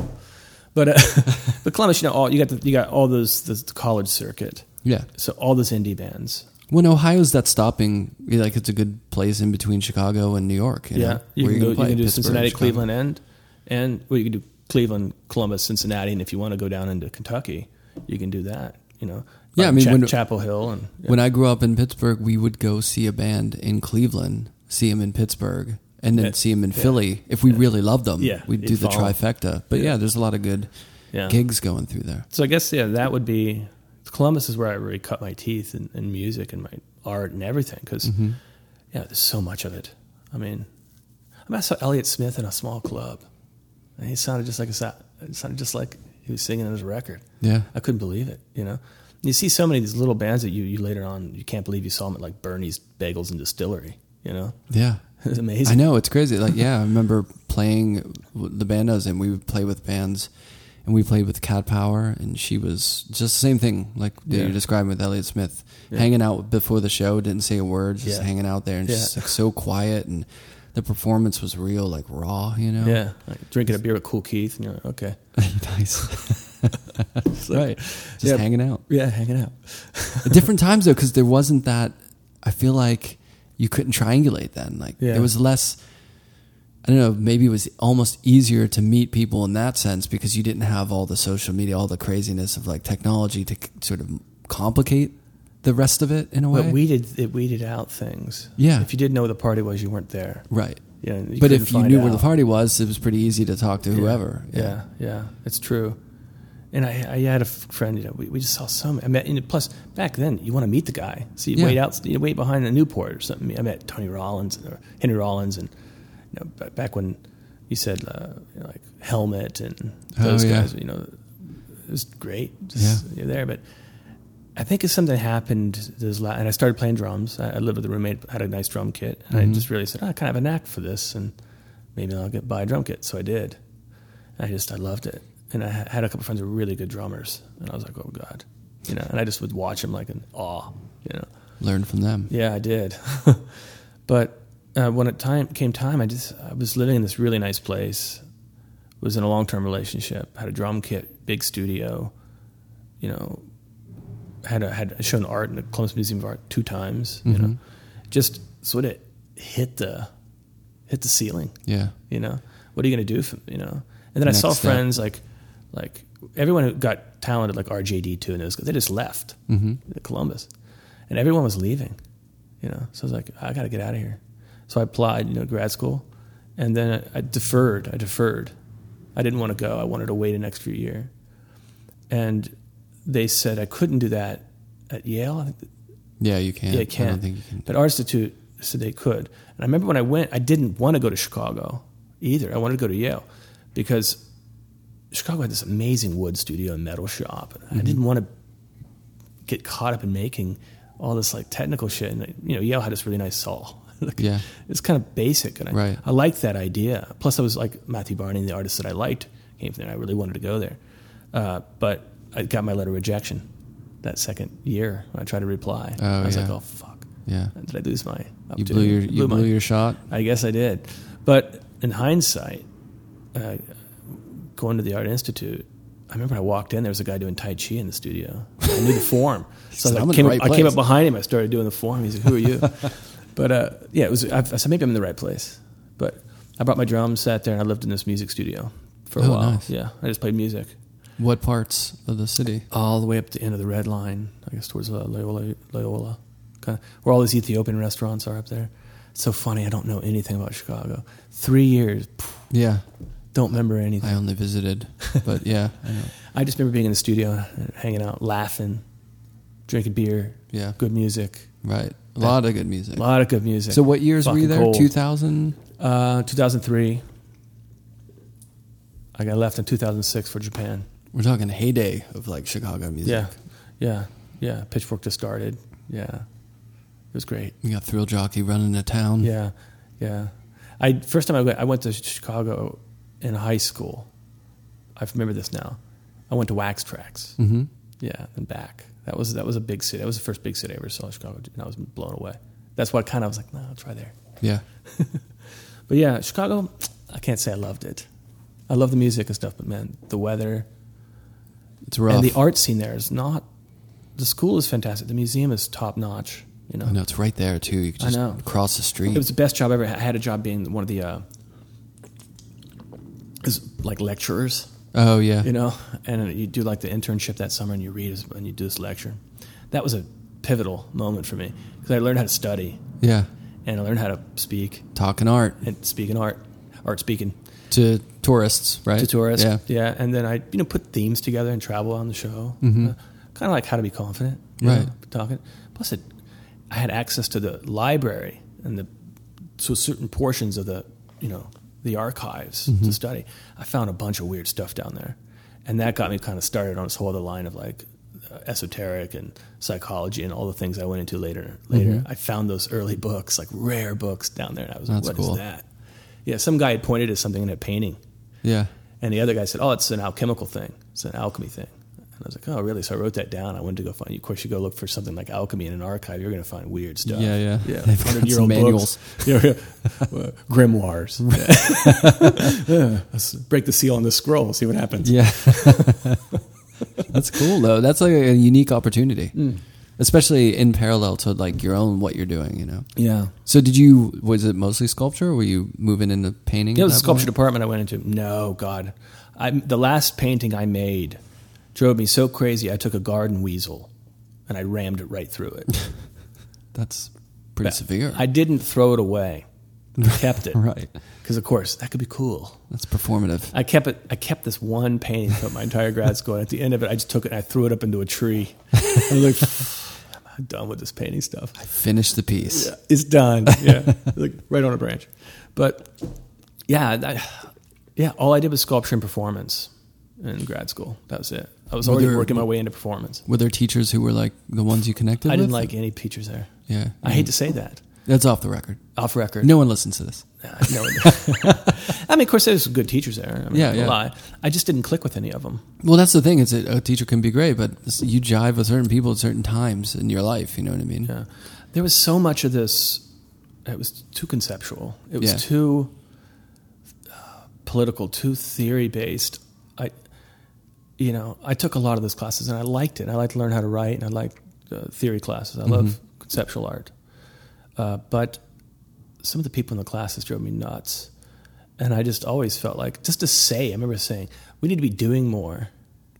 but uh, but Columbus, you know, all you got the, you got all those the, the college circuit.
Yeah.
So all those indie bands.
When Ohio's that stopping, you know, like it's a good place in between Chicago and New York. You
Yeah,
know,
you
where you're
can, go, you
gonna play,
can do
Pittsburgh,
Cincinnati,
Chicago.
Cleveland, and and well, you can do Cleveland, Columbus, Cincinnati, and if you want to go down into Kentucky, you can do that. You know,
Yeah,
Like
I mean,
Cha-
when-
Chapel Hill and yeah.
When I grew up in Pittsburgh, we would go see a band in Cleveland, see them in Pittsburgh, and then
Yeah.
see them in Philly. If we really loved them,
Yeah,
we'd
you'd
do the
follow 'em.
trifecta. But yeah, there's a lot of good
Yeah.
gigs going through there.
so I guess yeah, that would be Columbus is where I really cut my teeth in, in music and my art and everything because
Mm-hmm.
yeah, there's so much of it. I mean, I, mean, I saw Elliott Smith in a small club, and he sounded just like a sa- it sounded just like he was singing on his record.
Yeah.
I couldn't believe it. You know, And you see so many of these little bands that you, you later on you can't believe you saw them at like Bernie's Bagels and Distillery. You know,
Yeah.
it's amazing.
I know it's crazy. Like, yeah, I remember playing the band I was in. We would play with bands, and we played with Cat Power, and she was just the same thing. Like that
Yeah.
you're describing with Elliot Smith, hanging out before the show, didn't say a word, just
Yeah.
hanging out there, and
Yeah.
just like so quiet, and the performance was real, like raw, you know.
Yeah, like drinking a beer with Cool Keith, and you're like, okay,
nice. right, just
Yeah.
hanging out.
yeah, hanging out.
At different times though, because there wasn't that. I feel like you couldn't triangulate then. Like
Yeah.
there was less. I don't know. Maybe it was almost easier to meet people in that sense because you didn't have all the social media, all the craziness of like technology to c- sort of complicate the rest of it in a way.
But weeded it weeded out things.
Yeah.
if you didn't know where the party was, you weren't there.
right.
Yeah, and
but
couldn't
if you
find
knew where the
out.
party was, it was pretty easy to talk to whoever.
Yeah, yeah, it's true. And I, I had a f- friend. You know, we, we just saw some. I met. And plus, back then, you want to meet the guy, so you
Yeah.
wait out. You wait behind the Newport or something. I met Tony Rollins or Henry Rollins, and you know, b- back when you said uh, you know, like Helmet and those
Oh, yeah.
guys. You know, it was great. Just, You're there, but I think it's something happened. This la- and I started playing drums. I, I lived with a roommate, had a nice drum kit, and I just really said, "Oh, I kind of have a knack for this, and maybe I'll get buy a drum kit. So I did. And I just I loved it, and I ha- had a couple friends who were really good drummers, and I was like, oh god, you know. And I just would watch them like in awe, you know.
Learn from them.
Yeah, I did. but uh, when it time came time, I just I was living in this really nice place. Was in a long term relationship. Had a drum kit, big studio. You know,
Mm-hmm.
had a, had shown art in the Columbus Museum of Art two times. You know, just sort of hit the hit the ceiling.
Yeah.
You know, what are you going to do? If, you know, and then I
Next
saw
step.
friends like like everyone who got talented like RJD two and those guys, they just left mm-hmm. Columbus, and everyone was leaving. You know, so I was like, I got to get out of here. So I applied, you know, grad school, and then I deferred. I deferred. I didn't want to go. I wanted to wait an extra year, and they said I couldn't do that at Yale. I think
Yeah, you can.
yeah, it
I
can.
don't think you can.
But our institute said they could. And I remember when I went, I didn't want to go to Chicago either. I wanted to go to Yale because Chicago had this amazing wood studio and metal shop. And
Mm-hmm.
I didn't want to get caught up in making all this like technical shit. And you know, Yale had this really nice saw. Like,
Yeah.
it's kind of basic, and I,
Right.
I liked that idea. Plus, I was like Matthew Barney, the artist that I liked, came from there. I really wanted to go there, uh, but I got my letter of rejection that second year when I tried to reply.
Oh,
I was
yeah.
like, oh fuck,
Yeah.
did I lose my?
You blew your you
opportunity? Blew my-
blew your shot.
I guess I did. But in hindsight, uh, going to the Art Institute, I remember I walked in, there was a guy doing Tai Chi in the studio. I knew the form. So
said,
I,
"I'm in the
came,
right
up, I came
place."
up behind him, I started doing the form. He's like, Who are you? but uh, yeah, it was, I, I said, Maybe I'm in the right place. But I brought my drums, sat there, and I lived in this music studio for a
Oh,
while.
nice.
Yeah, I just played music
What parts of the city?
all the way up to the end of the red line, I guess towards uh, Loyola, Loyola kind of, where all these Ethiopian restaurants are up there. It's so funny. I don't know anything about Chicago. Three years, pff,
Yeah.
don't remember
I
anything.
only visited, but yeah, I know.
I just remember being in the studio, and hanging out, laughing, drinking beer,
Yeah.
good music,
Right. A lot of good music.
a lot of good music.
So what years were you
Fucking
there?
cold.
Two thousand.
Uh, 2003. I got left in 2006 for Japan.
We're talking heyday of like Chicago music.
Yeah, yeah, yeah. Pitchfork just started. Yeah, it was great.
You got Thrill Jockey running to town.
Yeah, yeah. I first time I went, I went to Chicago in high school. I remember this now. I went to Wax Tracks.
hmm
Yeah, and back. That was that was a big city. That was the first big city I ever saw in Chicago, and I was blown away. That's why I kind of was like, no, I'll try there.
Yeah.
But yeah, Chicago. I can't say I loved it. I love the music and stuff, but man, the weather
It's rough.
and the art scene there is not. The school is fantastic. The museum is top notch. You know,
I know it's right there too. You could
I
just
know.
cross the street.
It was the best job ever. I had a job being one of the uh, is like lecturers,
oh yeah.
you know, and you do like the internship that summer, and you read and you do this lecture. That was a pivotal moment for me because I learned how to study
yeah.
and I learned how to speak
Talking art
and speak in art, art speaking
to tourists, right?
to tourists.
Yeah.
and then I you know put themes together and travel on the show, kind of like how to be confident, you
Mm-hmm. Right.
know, talking. Plus, it, I had access to the library and the so certain portions of the you know the archives
Mm-hmm.
to study. I found a bunch of weird stuff down there, and that got me kind of started on this whole other line of like uh, esoteric and psychology and all the things I went into later. Later, I found those early books, like rare books, down there, and I was like,
Mm-hmm. That's
"What is
cool.
that?" Yeah, some guy had pointed at something in a painting.
Yeah.
And the other guy said, "Oh, it's an alchemical thing. It's an alchemy thing." And I was like, "Oh, really?" So I wrote that down. I went to go find. Of course, you go look for something like alchemy in an archive. You're going to find weird stuff.
Yeah, yeah.
yeah.
They've got some
Hundred-year-old
manuals.
books. Yeah, yeah. Uh, grimoires. Yeah. Let's break the seal on this scroll. See what happens.
Yeah. That's cool though. That's like a unique opportunity.
Mm.
Especially in parallel to like your own what you're doing, you know.
Yeah.
So did you was it mostly sculpture or were you moving into painting?
Yeah, it
at that
was the
point?
sculpture department I went into. No, God, I, the last painting I made drove me so crazy. I took a garden weasel and I rammed it right through it.
That's pretty severe.
I didn't throw it away. I kept it.
right.
Because of course that could be cool.
That's performative.
I kept it. I kept this one painting throughout my entire grad school, and at the end of it, I just took it and I threw it up into a tree. I was like, "I'm done with this painting stuff.
Finish the piece.
It's done. Yeah, like right on a branch." But yeah, I, yeah. All I did was sculpture and performance in grad school. That was it. I was
Were
already
there-
working my way into performance.
Were there teachers who were like the ones you connected
I
with?
didn't like any teachers there.
Yeah.
I hate to say that
That's off the record.
off record.
No one listens to this.
Uh, no, I mean, of course, there's good teachers there. I mean,
Yeah,
yeah,
yeah.
Lie. I just didn't click with any of them.
Well, that's the thing. Is that a teacher can be great, but this- you jive with certain people at certain times in your life. You know what I mean?
Yeah. There was so much of this. It was too conceptual. It was
Yeah.
too uh, political, too theory based. I, you know, I took a lot of those classes and I liked it. I liked to learn how to write and I liked uh, theory classes. I love conceptual art, uh, but some of the people in the classes drove me nuts. And I just always felt like, just to say, I remember saying, we need to be doing more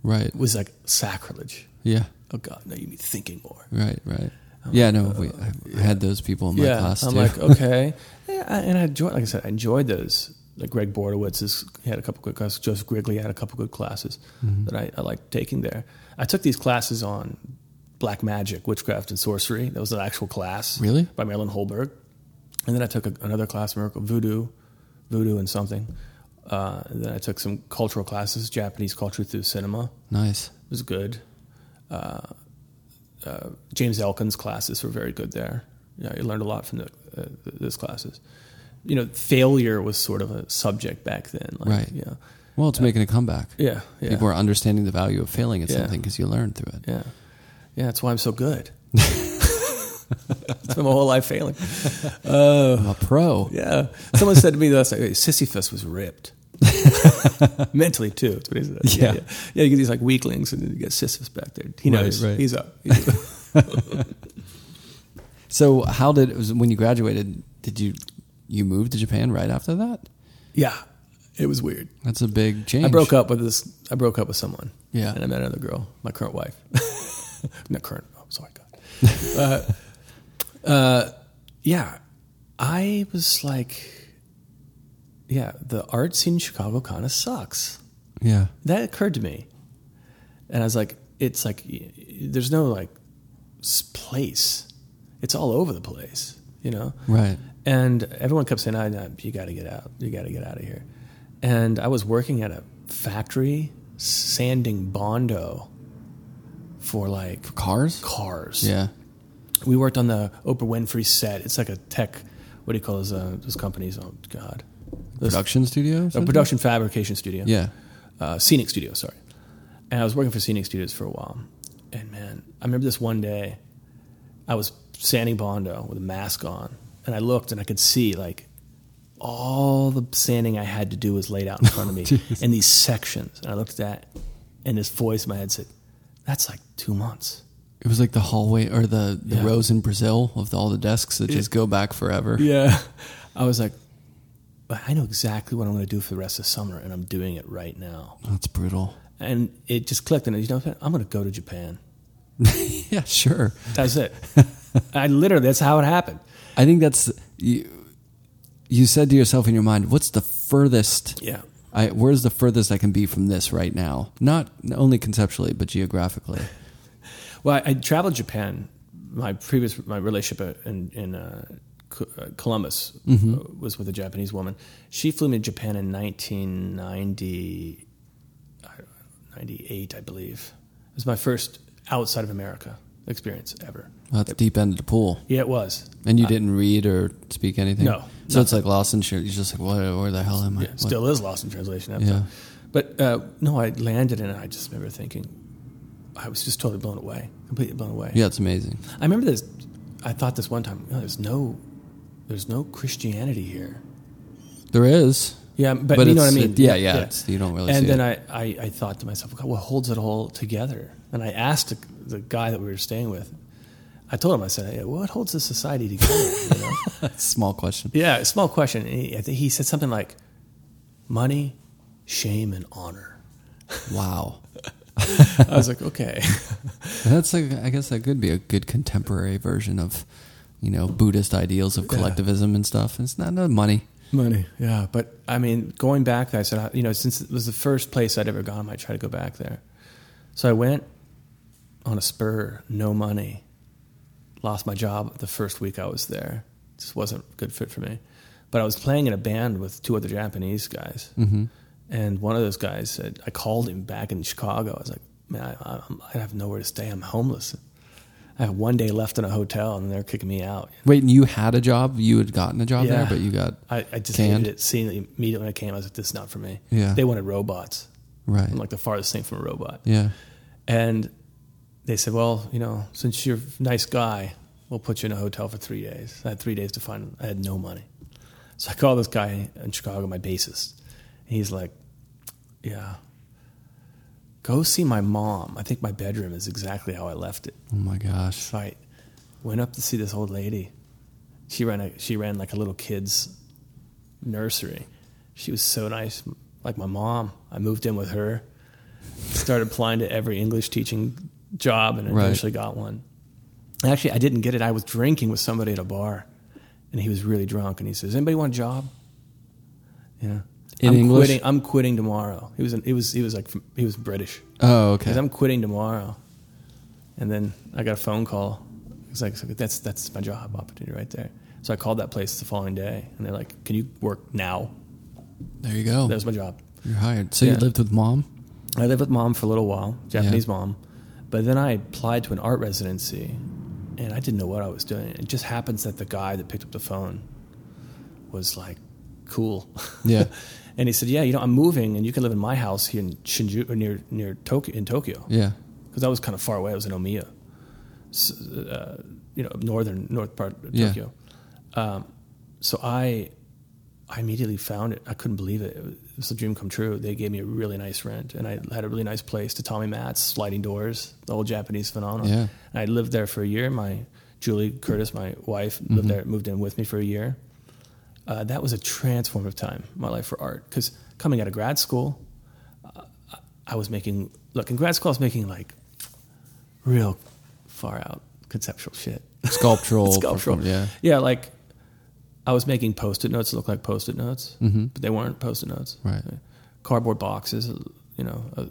Right.
was like sacrilege.
Yeah.
Oh God, no, you mean thinking more.
Right. Right. yeah. No. we, I, I had those people in my
Oh yeah.
class
I'm
too.
like, okay. Yeah, I- and I enjoyed, like I said, I enjoyed those. Like Greg Bordowitz has he had a couple good classes. Joseph Grigley had a couple good classes
Mm-hmm.
that I, I liked taking there. I took these classes on black magic, witchcraft, and sorcery. That was an actual class.
Really?
By Marilyn Holberg. And then I took a, another class, Miracle Voodoo, Voodoo and something. Uh, and then I took some cultural classes, Japanese culture through cinema
nice.
was good. Uh, uh, James Elkins' classes were very good there. Yeah, I learned a lot from the, uh, th- those classes. You know, failure was sort of a subject back then. Like,
Right.
Yeah.
Well, it's making a comeback.
uh, Yeah. Yeah.
People are understanding the value of failing at
Yeah.
something because you learn through it.
yeah. Yeah. That's why I'm so good. Spent my whole life failing. Uh,
I'm a pro.
Yeah. Someone said to me last night, hey, Sisyphus was ripped. Mentally too. That's what he said.
Yeah.
yeah. Yeah, you get these like weaklings and then you get Sisyphus back there. He
Right,
knows.
right.
He's up. He's up.
So, how did was- when you graduated? Did you you move to Japan right after that?
yeah. It was weird.
That's a big change.
I broke up with this. I broke up with someone.
Yeah.
and I met another girl, my current wife. Not current. Oh, sorry, God. uh, uh, yeah, I was like, yeah, the art scene in Chicago kind of sucks.
Yeah.
That occurred to me, and I was like, it's like y- y- there's no like s- place. It's all over the place, you know.
Right.
And everyone kept saying, "Ah, no, "You got to get out. You got to get out of here." And I was working at a factory sanding bondo for like
Cars.
cars.
Yeah.
we worked on the Oprah Winfrey set. It's like a tech. What do you call those, uh, those companies? Oh God, Those-
Production studios.
a production fabrication studio.
Yeah.
uh, Scenic Studio. Sorry, and I was working for Scenic Studios for a while. And man, I remember this one day, I was sanding bondo with a mask on, and I looked and I could see like all the sanding I had to do was laid out in front of me in these sections. And I looked at that, and this voice in my head said, "That's like two months."
It was like the hallway or the, the
Yeah.
rows in Brazil of all the desks that just go back forever.
Yeah, I was like. "But I know exactly what I'm going to do for the rest of summer, and I'm doing it right now.
That's brutal.
And it just clicked, and you know, what? I'm going to go to Japan.
Yeah, sure.
That's it. I literally, that's how it happened.
I think that's you. You said to yourself in your mind, "What's the furthest?
Yeah.
I, where's the furthest I can be from this right now? Not only conceptually, but geographically.
Well, I, I traveled Japan. My previous my relationship in in uh, Co- uh, Columbus uh, was with a Japanese woman. She flew me to Japan in 1990, I- 98, I believe. It was my first outside of America experience ever.
Well, that's deep end of the pool,
Yeah, it was.
and you didn't read or speak anything.
No,
so it's like lost in shit. You're just like, what? Where the hell am I?
Yeah, still is lost in translation. After.
Yeah.
But uh, no, I landed and I just remember thinking, I was just totally blown away, completely blown away.
Yeah, it's amazing.
I remember this. I thought this one time. "Oh, there's no, there's no Christianity here.
There is.
Yeah, but,
But
you know what I
it's-
mean.
it- yeah, yeah, it's- you don't really
And
see
then I, I, I thought to myself, God, what holds it all together? And I asked the, the guy that we were staying with. I told him, I said, hey, what holds this society together? you know?
Small question.
Yeah, small question. And He, I think he said something like, money, shame, and honor.
Wow.
I was like, okay.
That's like I guess that could be a good contemporary version of, you know, Buddhist ideals of collectivism and stuff. It's not no money.
Money, yeah. But I mean, going back, I said, I- you know, since it was the first place I'd ever gone, I might try to go back there. So I went on a spur, no money, lost my job the first week I was there. Just wasn't a good fit for me. But I was playing in a band with two other Japanese guys, mm-hmm. and one of those guys said, I called him back in Chicago. I was like, man, I, I, I have nowhere to stay. I'm homeless. I have one day left in a hotel, and they're kicking me out.
Wait, and you had a job? You had gotten a job there, but you got
I, I just
canned?
hated it. Seeing it immediately when I came, I was like, "This is not for me."
Yeah.
They wanted robots.
right.
I'm like the farthest thing from a robot.
yeah,
And they said, "Well, you know, since you're a nice guy, we'll put you in a hotel for three days." I had three days to find. I had no money, so I called this guy in Chicago, my bassist. And he's like, "Yeah, go see my mom. I think my bedroom is exactly how I left it."
oh my gosh,
fight. Went up to see this old lady, she ran a she ran like a little kids nursery. She was so nice, like my mom. I moved in with her, started applying to every English teaching job, and
Right.
eventually got one. Actually, I didn't get it. I was drinking with somebody at a bar, and he was really drunk, and he says, "Anybody want a job?" Yeah.
In
I'm
English?
quitting. I'm quitting tomorrow. He was. An, he was. He was like. from- He was British.
Oh, okay.
Because I'm quitting tomorrow. And then I got a phone call. It's like that's that's my job opportunity right there. So I called that place the following day, and they're like, "Can you work now?"
there you go.
That was my job.
You're hired. So you
Yeah.
lived with mom.
I lived with mom for a little while, Japanese mom, but then I applied to an art residency, and I didn't know what I was doing. It just happens that the guy that picked up the phone was like, "Cool."
Yeah.
and he said, "Yeah, you know, I'm moving, and you can live in my house here in Shinjuku, near near Tokyo, in Tokyo."
Yeah.
because I was kind of far away. I was in Omiya, S uh, you know, northern north part of
Yeah.
Tokyo. Um, so I, I immediately found it. I couldn't believe it. It was, it was a dream come true. They gave me a really nice rent, and I had a really nice place to Tommy Matz, sliding doors, the old Japanese phenomenon.
Yeah.
And I lived there for a year. My Julie Curtis, my wife, lived there, moved in with me for a year. Uh, that was a transformative time in my life for art because coming out of grad school, uh, I was making look in grad school. I was making like real far out conceptual shit.
Sculptural.
Sculptural,
perform- Yeah.
yeah. Like I was making post-it notes that look like post-it notes, mm-hmm. but they weren't post-it notes.
Right.
Cardboard boxes. You know, uh,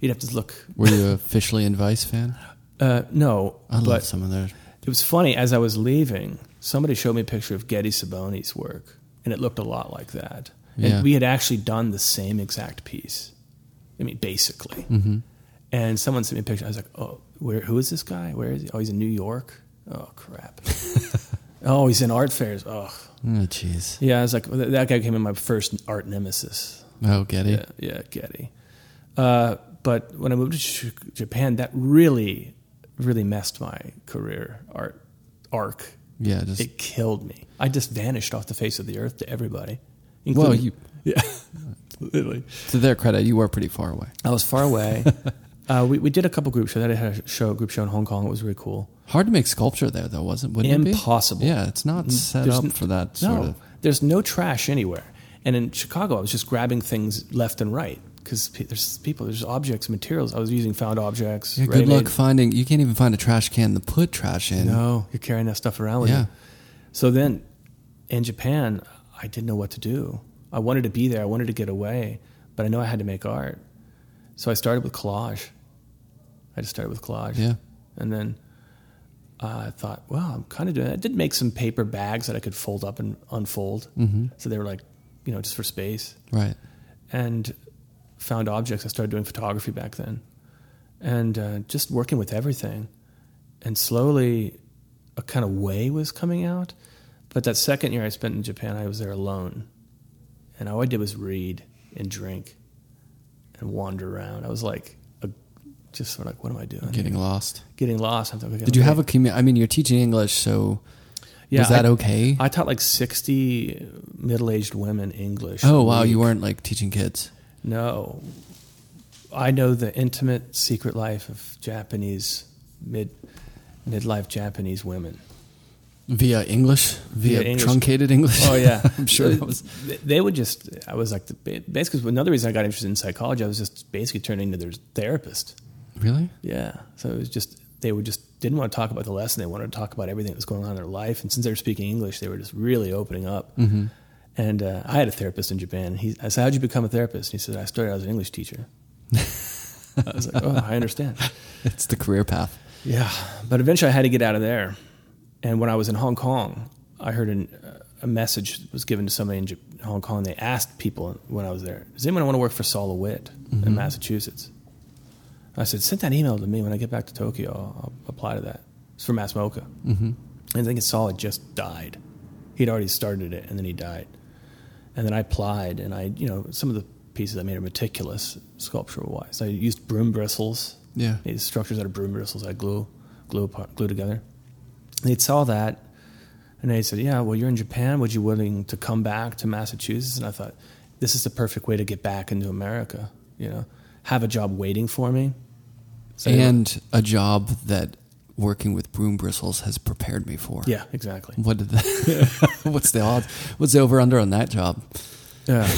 you'd have to look.
Were you a Fishley and Vice fan?
Uh, no,
I love
but
some of those.
it was funny. As I was leaving, somebody showed me a picture of Getty Saboni's work, and it looked a lot like that.
Yeah.
And we had actually done the same exact piece. I mean, basically. And someone sent me a picture. I was like, "Oh, where? Who is this guy? Where is he? Oh, he's in New York. Oh, crap. oh, he's in art fairs. Oh,
Oh, jeez.
yeah. I was like, that that guy came in my first art nemesis.
Oh, Getty.
Yeah, yeah, Getty. Uh, but when I moved to Ch- Japan, that really, really messed my career art arc.
Yeah, just
It killed me. I just vanished off the face of the earth to everybody.
well,
including-
you
yeah, literally.
to their credit, you were pretty far away.
I was far away. uh, we we did a couple group shows. I had a show, group show in Hong Kong. It was really cool.
Hard to make sculpture there, though, wasn't? Wouldn't it be?
Impossible. Mm,
Yeah, it's not set
There's
up
n-
for that
no,
sort of.
there's no trash anywhere. And in Chicago, I was just grabbing things left and right because pe- there's people, there's objects, materials. I was using found objects.
Yeah, good luck
ready-made
finding. You can't even find a trash can to put trash in.
No, you're carrying that stuff around with
Yeah.
you. So then in Japan, I didn't know what to do. I wanted to be there, I wanted to get away, but I know I had to make art. So I started with collage. I just started with collage.
Yeah.
And then uh, I thought, well, I'm kind of doing that. I did make some paper bags that I could fold up and unfold. Mm-hmm. So they were like, you know, just for space
Right.
and found objects. I started doing photography back then, and uh, just working with everything. And slowly, a kind of way was coming out. But that second year I spent in Japan, I was there alone, and all I did was read and drink and wander around. I was like, a, just sort of like, what am I doing?
Getting lost.
Getting lost. I'm like,
Did you have a commu- I mean, you're teaching English, so was that
I,
okay?
I taught like 60 middle-aged women English.
oh wow,
you
you
were.
weren't like teaching kids.
No. I know the intimate secret life of Japanese mid midlife Japanese women.
Via English, via,
Via English.
truncated English.
Oh yeah,
I'm sure that was.
They, they would just. I was like, the, basically, another reason I got interested in psychology, I was just basically turning into their therapist.
Really?
Yeah, so it was just they would just didn't want to talk about the lesson. They wanted to talk about everything that was going on in their life, and since they were speaking English, they were just really opening up. Mm-hmm. And uh, I had a therapist in Japan. And he, I said, "How'd you become a therapist?" And he said, "I started as an English teacher." I was like, "Oh, I understand."
It's the career path.
Yeah, but eventually I had to get out of there. And when I was in Hong Kong, I heard an, uh, a message was given to somebody in J- Hong Kong. They asked people when I was there, "Does anyone want to work for Saul LeWitt in Massachusetts?" I said, "Send that email to me when I get back to Tokyo. I'll, I'll apply to that." It's for Mass Mocha. Mm-hmm. And I think Saul had just died. He'd already started it, and then he died. And then I applied, and I, you know, some of the pieces I made are meticulous sculptural wise. I used broom bristles.
Yeah.
These structures out of broom bristles I glue, glue, apart, glue together. They saw that, and they said, "Yeah, well, you're in Japan. Would you willing to come back to Massachusetts?" And I thought, this is the perfect way to get back into America. You know, have a job waiting for me. So
and a job that working with broom bristles has prepared me for.
Yeah, exactly.
What did the, what's the odds? What's the over under on that job?
Yeah,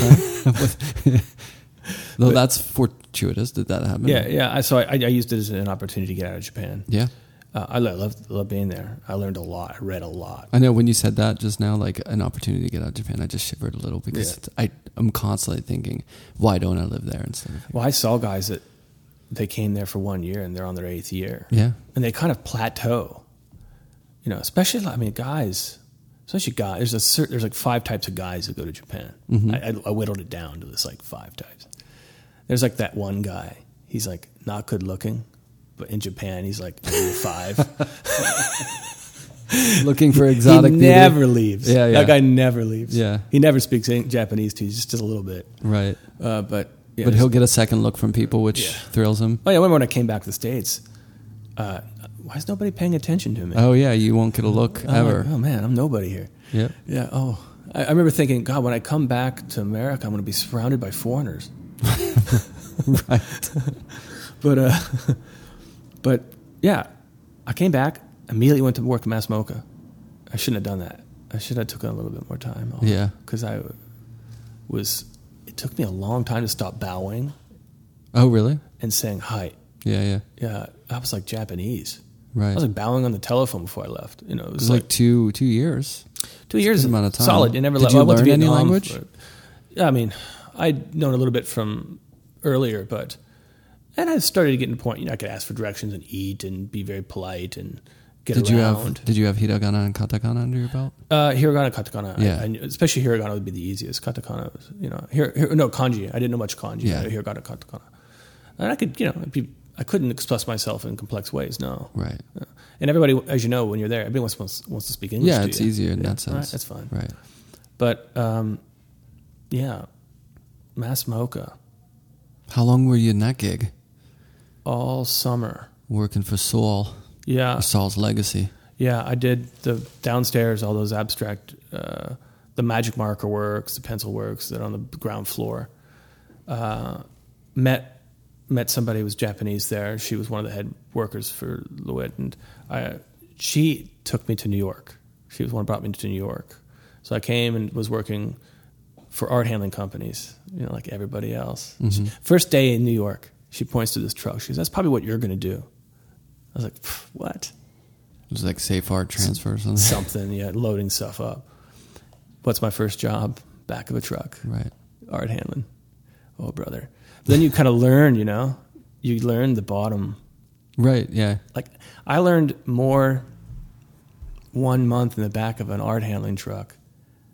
Though that's fortuitous. Did that happen?
yeah, yeah. I, so I, I used it as an opportunity to get out of Japan.
Yeah.
Uh, I lo- loved love being there. I learned a lot. I read a lot.
I know when you said that just now, like an opportunity to get out of Japan, I just shivered a little because
Yeah.
it's- I, I'm constantly thinking, why don't I live there instead of
Well, I saw guys that they came there for one year and they're on their eighth year.
Yeah.
and they kind of plateau. You know, especially I mean, guys, especially guys. There's a certain, there's like five types of guys that go to Japan.
Mm-hmm.
I, I, I whittled it down to this like five types. There's like that one guy. He's like not good looking, but in Japan he's like five.
looking for exotic
he
beauty?
never leaves.
Yeah, yeah.
That guy never leaves.
Yeah.
He never speaks in- Japanese to you, just a little bit.
Right.
Uh, but yeah,
but
there's-
he'll get a second look from people, which
Yeah.
thrills him.
Oh yeah, I remember when I came back to the states, uh, why is nobody paying attention to me?
Oh yeah, you won't get a look
I'm like,
ever.
oh man, I'm nobody here.
Yep.
Yeah. Oh, I, I remember thinking, God, when I come back to America, I'm going to be surrounded by foreigners.
right.
But, uh, but yeah, I came back immediately went to work at Mass Mocha. I shouldn't have done that. I should have took a little bit more time. off.
Yeah.
because I was. It took me a long time to stop bowing
Oh really?
and saying hi.
Yeah, yeah.
Yeah, I was like Japanese.
Right.
I was like bowing on the telephone before I left. You know, it
It
was
was
like,
like two two years.
two years
good amount of time.
solid. You never
Did
left.
you
I went to
learn any
Vietnam
language?
for- yeah, I mean, I'd known a little bit from earlier, but and I started getting to the point. You know, I could ask for directions and eat and be very polite and get
Did you
around.
have did you have hiragana and katakana under your belt?
uh, hiragana, katakana. I-
Yeah.
I knew- especially hiragana would be the easiest. Katakana, was, you know, here, no kanji. I didn't know much kanji.
Yeah.
but Hiragana, katakana, and I could, you know, it'd be, I couldn't express myself in complex ways. No,
Right.
Uh, And everybody, as you know, when you're there, everybody wants wants, wants to speak English.
Yeah,
to
it's
you.
easier in
Yeah,
that
all right,
sense.
that's fine.
Right.
But um, yeah, Mass Mocha
How long were you in that gig?
all summer.
Working for Saul.
Yeah,
Saul's legacy.
yeah. I did the downstairs, all those abstract, uh, the magic marker works, the pencil works that are on the ground floor. Uh, met met somebody who was Japanese there. She was one of the head workers for Lewitt, and I, she took me to New York. She was the one who brought me to New York. So I came and was working for art handling companies, you know, like everybody else. She- first day in New York, she points to this truck. She says, "That's probably what you're going to do." I was like, "Pff, "What?"
It was like safe art transfer or something.
Something, yeah, loading stuff up. What's my first job? Back of a truck
Right.
art handling. Oh, brother. Then you kind of learn, you know, you learn the bottom.
Right, yeah.
Like I learned more one month in the back of an art handling truck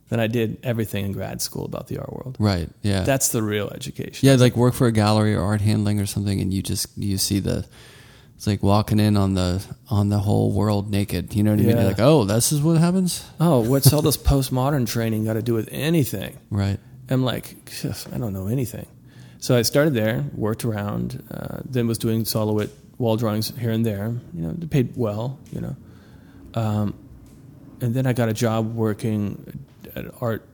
than I did everything in grad school about the art world.
Right. Yeah.
That's the real education.
Yeah, like work for a gallery or art handling or something, and you just you see the it's like walking in on the on the whole world naked. You know what I mean? You're
Yeah.
like, oh, this is what happens,
Oh, what's all this postmodern training got to do with anything?
right?
I'm like, "Phew, I don't know anything. So I started there, worked around, uh, then was doing Solowit wall drawings here and there. You know, they paid well, you know. Um, and then I got a job working at art.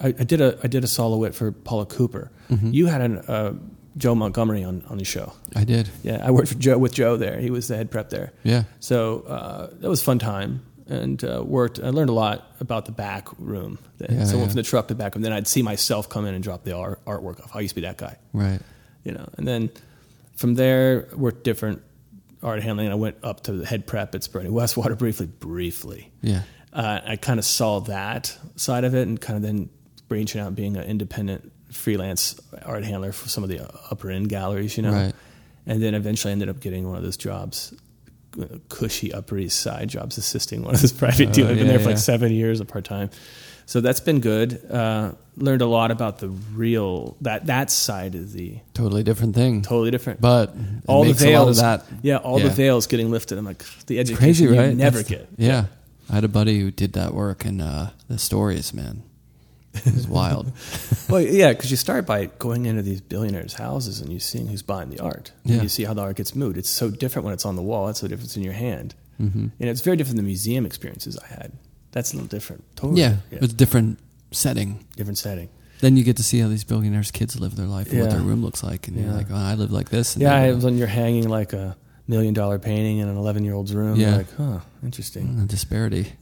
I, I did a I did a Solowit for Paula Cooper. You had an, uh, Joe Montgomery on, on the show.
I did.
Yeah, I worked for Joe with Joe there. He was the head prep there.
Yeah.
So uh, that was a fun time and uh, worked. I learned a lot about the back room.
Yeah,
so I
yeah.
went from the truck to the back room. Then I'd see myself come in and drop the art, artwork off. I used to be that guy,
Right.
you know. And then from there, worked different art handling. I went up to the head prep at Bernie Westwater briefly, briefly.
Yeah.
Uh, I kind of saw that side of it and kind of then branching out and being an independent freelance art handler for some of the upper end galleries, you know.
Right.
And then eventually ended up getting one of those jobs, uh, cushy Upper East Side jobs, assisting one of those private dealers. I've
Oh, yeah,
been there for
yeah.
like seven years, a part time. So that's been good. Uh, learned a lot about the real that that side of the
Totally different thing.
totally different.
But it
all
makes
the veils,
a lot of that.
yeah, all
yeah.
the veils getting lifted. I'm like the education
Crazy,
you
right?
never
That's-
get.
Yeah. I had a buddy who did that work, and uh, the stories, man, it was wild.
well, yeah, because you start by going into these billionaires' houses and you seeing who's buying the art.
Yeah.
And you see how the art gets moved. It's so different when it's on the wall. That's the difference in your hand. Mm-hmm. And it's very different than the museum experiences I had. That's a little different. Totally.
yeah, it's a different setting.
Different setting.
Then you get to see how these billionaires' kids live their life and what
Yeah.
their room looks like, and you're
Yeah.
like, oh, I live like this. And
Yeah,
they
I
live-
was when you're hanging like a million dollar painting in an 11 year old's room.
Yeah.
You're Like, huh, interesting.
Mm, disparity.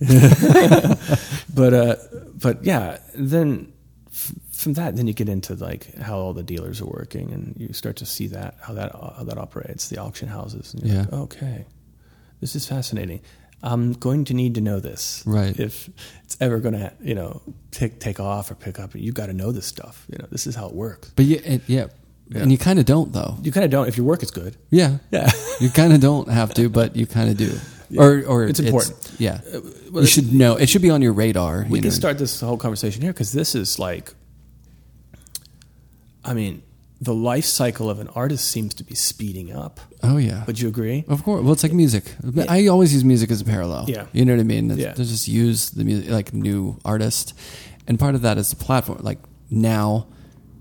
But, uh, but yeah, then f- from that, then you get into like how all the dealers are working and you start to see that, how that, uh, how that operates, the auction houses. And you're
Yeah.
like, okay, this is fascinating. I'm going to need to know this.
Right.
If it's ever going to, you know, take, take off or pick up, you got to know this stuff. You know, this is how it works.
But yeah, it, yeah.
Yeah.
and you kind of don't though.
You kind of don't, if your work is good.
Yeah,
Yeah.
you kind of don't have to, but you kind of do. Or, or
It's important. Uh,
yeah, you should know. It should be on your radar.
we
you
can
know.
start this whole conversation here because this is like i mean the life cycle of an artist seems to be speeding up
Oh yeah,
would you agree
of course. Well, it's like music. But I always use music as a parallel.
Yeah.
you know what I mean. It's-
Yeah.
to just use the music like new artist, and part of that is the platform. Like now,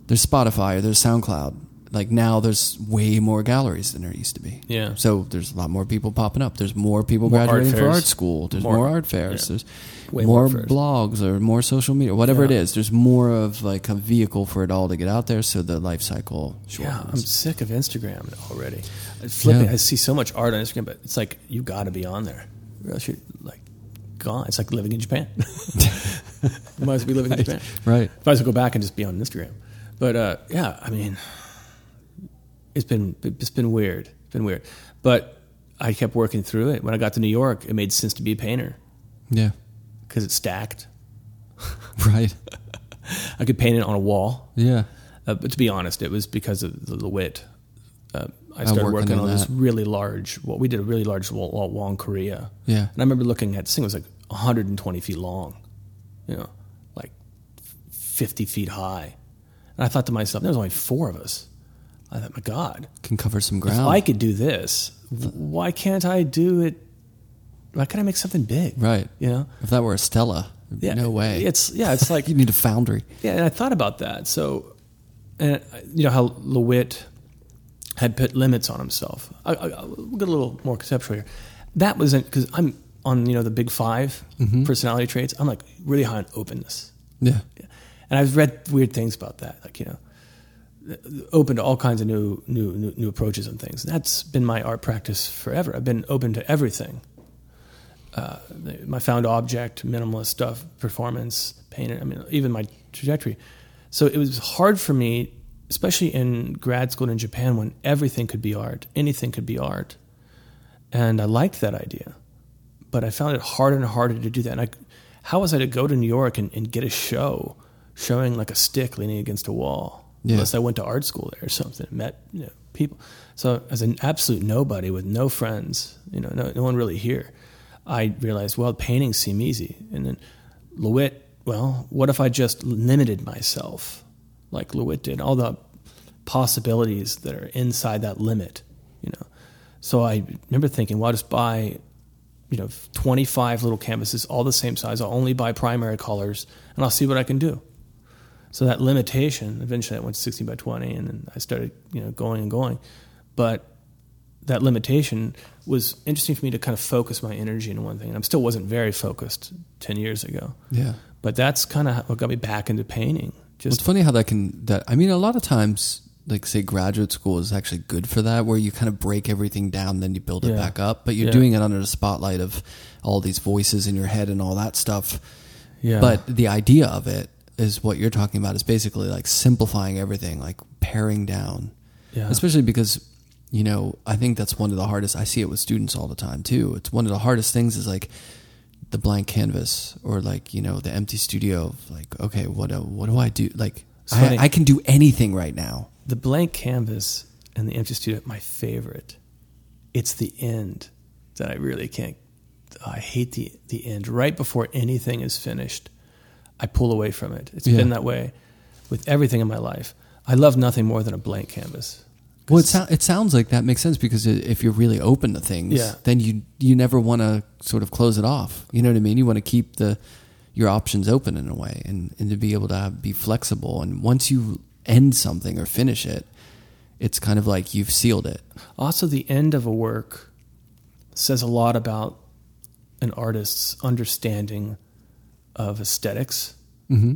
there's Spotify or there's SoundCloud. Like now, there's way more galleries than there used to be.
Yeah.
So there's a lot more people popping up. There's more people
More art
graduating for
fairs.
art school. There's more,
More-
art fairs.
yeah.
There's
Way
more,
more fairs.
blogs or more social media, whatever it
Yeah.
is. There's more of like a vehicle for it all to get out there. So the life cycle
yeah i'm
shortens.
sick of instagram already I flipping
Yeah.
i see so much art on instagram but it's like you got to be on there or else you're like gone it's like living in japan you might as well be living in japan
right.
If I was to go back and just be on Instagram, but uh, yeah, I mean, it's been it's been weird, it's been weird. But I kept working through it. When I got to New York, it made sense to be a painter
Yeah.
because it's stacked.
Right.
I could paint it on a wall.
Yeah.
Uh, but to be honest, it was because of the, the wit. Uh, I
I'm
started
working
working
on
on this
that.
really large. Well, we did a really large wall, wall, wall in Korea,
Yeah.
and I remember looking at this thing was like 120 feet long, you know, like 50 feet high. And I thought to myself, there's only four of us. I thought, my God,
Can cover some
if
ground.
I could do this, why can't I do it? Why can't I make something big?
right.
You know?
If that were a Stella, there'd be no way.
It's yeah. It's like
you need a foundry.
yeah, and I thought about that. So, and I- you know how Lewitt had put limits on himself. I, I, I'll get a little more conceptual here. That wasn't because I'm on you know the big 5 personality traits. I'm like really high on openness,
Yeah.
and I've read weird things about that. Like you know, open to all kinds of new new new, new approaches and things. That's been my art practice forever. I've been open to everything. Uh, my found object, minimalist stuff, performance, painting. I mean, even my trajectory. So it was hard for me, especially in grad school and in Japan, when everything could be art, anything could be art, and I liked that idea, but I found it harder and harder to do that. And I, how was I to go to New York and, and get a show showing like a stick leaning against a wall?
Yeah.
Unless I went to art school there or something, met you know, people. So as an absolute nobody with no friends, you know, no, no one really here, I realized, well, paintings seem easy. And then Lewitt, well, what if I just limited myself like Lewitt did? All the possibilities that are inside that limit, you know. So I remember thinking, well, I'll just buy, you know, 25 little canvases, all the same size. I'll only buy primary colors and I'll see what I can do. So that limitation, eventually I went to 16 by 20 and then I started, you know, going and going. But that limitation was interesting for me to kind of focus my energy in one thing. And I still wasn't very focused 10 years ago.
Yeah.
But that's kind of what got me back into painting.
It's
Just,
funny how that can that I mean a lot of times like say graduate school is actually good for that where you kind of break everything down then you build it
Yeah.
back up but you're
Yeah.
doing it under the spotlight of all these voices in your head and all that stuff
yeah.
but the idea of it is what you're talking about is basically like simplifying everything like paring down
Yeah.
especially because you know i think that's one of the hardest i see it with students all the time too it's one of the hardest things is like the blank canvas or like you know the empty studio of like okay what do, what do i do like I,
funny.
I can do anything right now
The blank canvas and the empty studio, my favorite. It's the end that I really can't. I hate the the end. Right before anything is finished, I pull away from it. It's
Yeah.
been that way with everything in my life. I love nothing more than a blank canvas.
well it, sou- it sounds like that makes sense because i- if you're really open to things
Yeah.
then you you never want to sort of close it off you know what i mean you want to keep the your options open in a way and, and to be able to have, be flexible and once you end something or finish it it's kind of like you've sealed it
Also, the end of a work says a lot about an artist's understanding of aesthetics,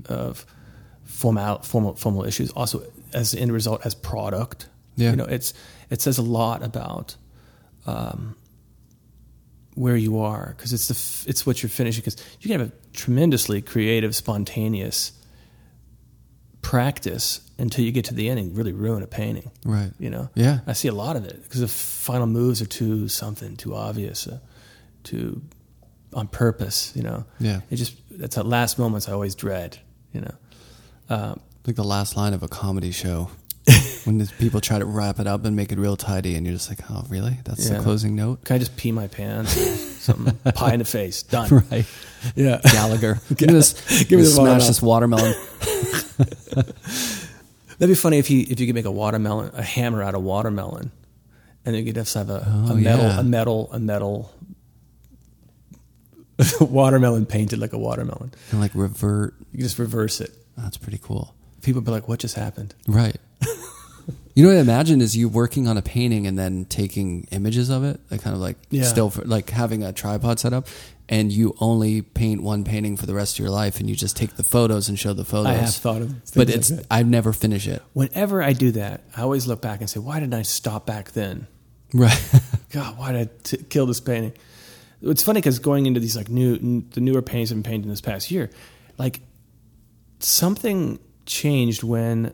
of formal, formal formal issues. Also, as the end result, as product.
Yeah.
You know, it's it says a lot about um, where you are because it's the f- it's what you're finishing because you can have a tremendously creative, spontaneous practice until you get to the end and really ruin a painting.
Right.
You know.
Yeah.
I see a lot of it because the final moves are too something, too obvious, uh, too on purpose. You know.
Yeah.
It just that's the last moments I always dread. You know.
Like the last line of a comedy show. when the people try to wrap it up and make it real tidy, and you're just like, oh, really? That's the
Yeah.
closing note?
Can I just pee my pants? Or something pie in the face. Done.
Right.
Yeah.
Gallagher. give me this.
Give me the
smash
watermelon.
this watermelon.
That'd be funny if you if you could make a watermelon a hammer out of watermelon, and then you could just have a,
Oh,
a metal
yeah.
a metal a metal watermelon painted like a watermelon.
and like revert.
You just reverse it.
That's pretty cool.
People would be like, "What just happened?"
Right. you know what I imagine is you working on a painting and then taking images of it, like kind of like
Yeah.
still for, like having a tripod set up, and you only paint one painting for the rest of your life, and you just take the photos and show the photos.
I have thought of, things
but
like
it's
that.
I never finish it.
whenever I do that, I always look back and say, "Why didn't I stop back then?"
Right.
God, why did I t- kill this painting? It's funny because going into these like new, n- the newer paintings I've been painting this past year, like something changed when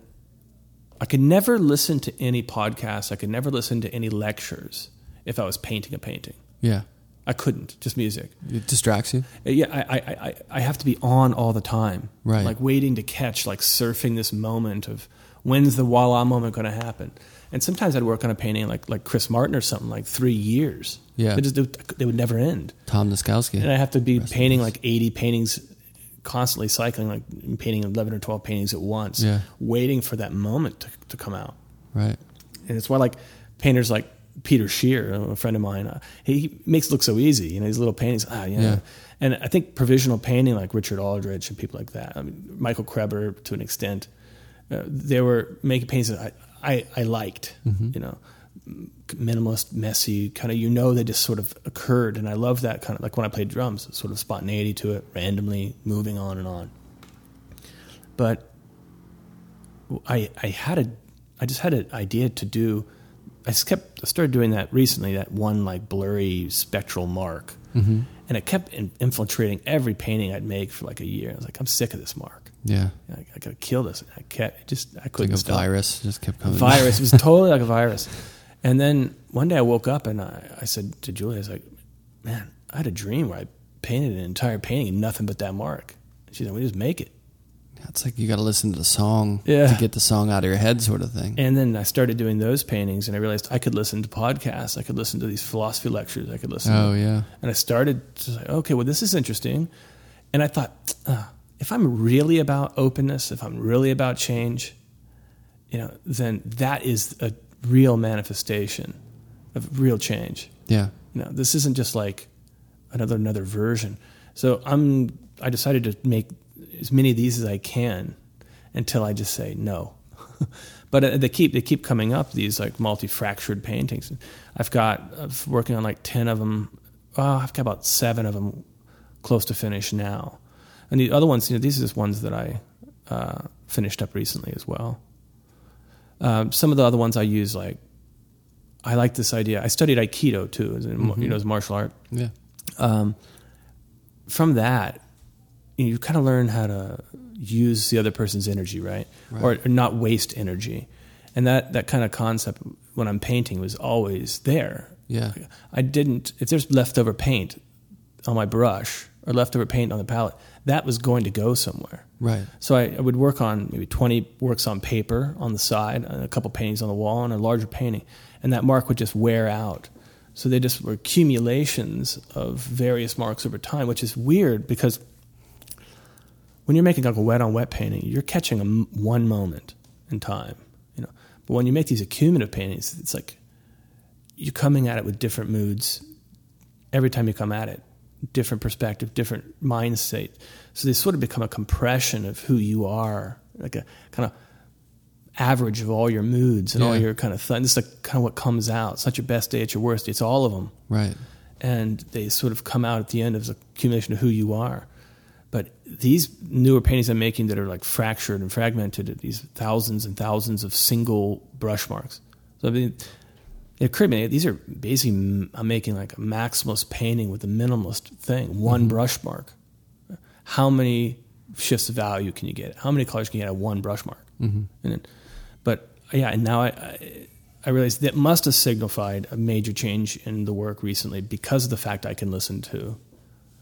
I could never listen to any podcasts. I could never listen to any lectures if I was painting a painting.
yeah.
I couldn't, just music.
It distracts you.
Yeah, I, I- I, I, I have to be on all the time.
Right.
Like waiting to catch, like surfing this moment of when's the voila moment going to happen. And sometimes I'd work on a painting like, like Chris Martin or something, like three years.
Yeah.
They, just, they, would- they would never end.
Tom Niskowski.
And I have to be painting like 80 paintings constantly cycling, like painting 11 or 12 paintings at once,
Yeah.
waiting for that moment to, to come out
Right.
and it's why like painters like Peter Shear, a friend of mine, uh, he, he makes it look so easy. You know, these little paintings. Ah, yeah.
Yeah.
And I think provisional painting, like Richard Aldrich and people like that, I mean, Michael Kreber to an extent, uh, they were making paintings that I, I, I liked. You know, minimalist, messy, kind of. You know, they just sort of occurred, and I love that kind of like when I played drums, sort of spontaneity to it, randomly moving on and on. But I I had a I just had an idea to do. I just kept I started doing that recently. That one like blurry spectral mark, mm-hmm. and it kept in, infiltrating every painting I'd make for like a year. I was like, I'm sick of this mark.
Yeah.
I, I gotta kill this. I kept just I
Like
couldn't
a
stop.
virus just kept coming.
Virus. It was totally like a virus. And then one day I woke up and I, I said to Julia, I was like, man, I had a dream where I painted an entire painting and nothing but that mark. She said, we just make it.
It's like you got to listen to the song
Yeah.
to get the song out of your head, sort of thing.
And then I started doing those paintings, and I realized I could listen to podcasts, I could listen to these philosophy lectures, I could listen.
oh
to,
yeah.
And I started to say, okay, well, this is interesting. And I thought, uh, if I'm really about openness, if I'm really about change, you know, then that is a real manifestation of real change.
Yeah.
You know, this isn't just like another another version. So I'm I decided to make as many of these as I can until I just say no. but uh, they keep they keep coming up these like multi-fractured paintings. I've got I'm working on like 10 of them. Oh, I've got about 7 of them close to finish now. And the other ones, you know, these are just ones that I uh, finished up recently as well. Um, some of the other ones I use like I like this idea. I studied Aikido too, as in, you know, as martial art.
Yeah.
From that, you, know, you kind of learn how to use the other person's energy, right? Or, or not waste energy. And that, that kind of concept when I'm painting was always there.
Yeah.
I didn't, if there's leftover paint on my brush or leftover paint on the palette, that was going to go somewhere.
Right.
So I, I would work on maybe 20 works on paper on the side, and a couple paintings on the wall, and a larger painting. And that mark would just wear out. So they just were accumulations of various marks over time, which is weird because when you're making like a wet on wet painting, you're catching a m- one moment in time, you know. But when you make these accumulative paintings, it's like you're coming at it with different moods every time you come at it, different perspective, different mind state. So they sort of become a compression of who you are, like a kind of average of all your moods and all
Yeah.
your kind of things. This is like kind of what comes out. It's not your best day, it's your worst day. It's all of them
Right.
and they sort of come out at the end as a accumulation of who you are. But these newer paintings I'm making that are like fractured and fragmented, these thousands and thousands of single brush marks. So I mean, It occurred to me these are basically m- I'm making like a maximalist painting with a minimalist thing, one brush mark. How many shifts of value can you get? How many colors can you get at one brush mark? Mm-hmm. And then, but yeah, and now I, I I realized that must have signified a major change in the work recently because of the fact I can listen to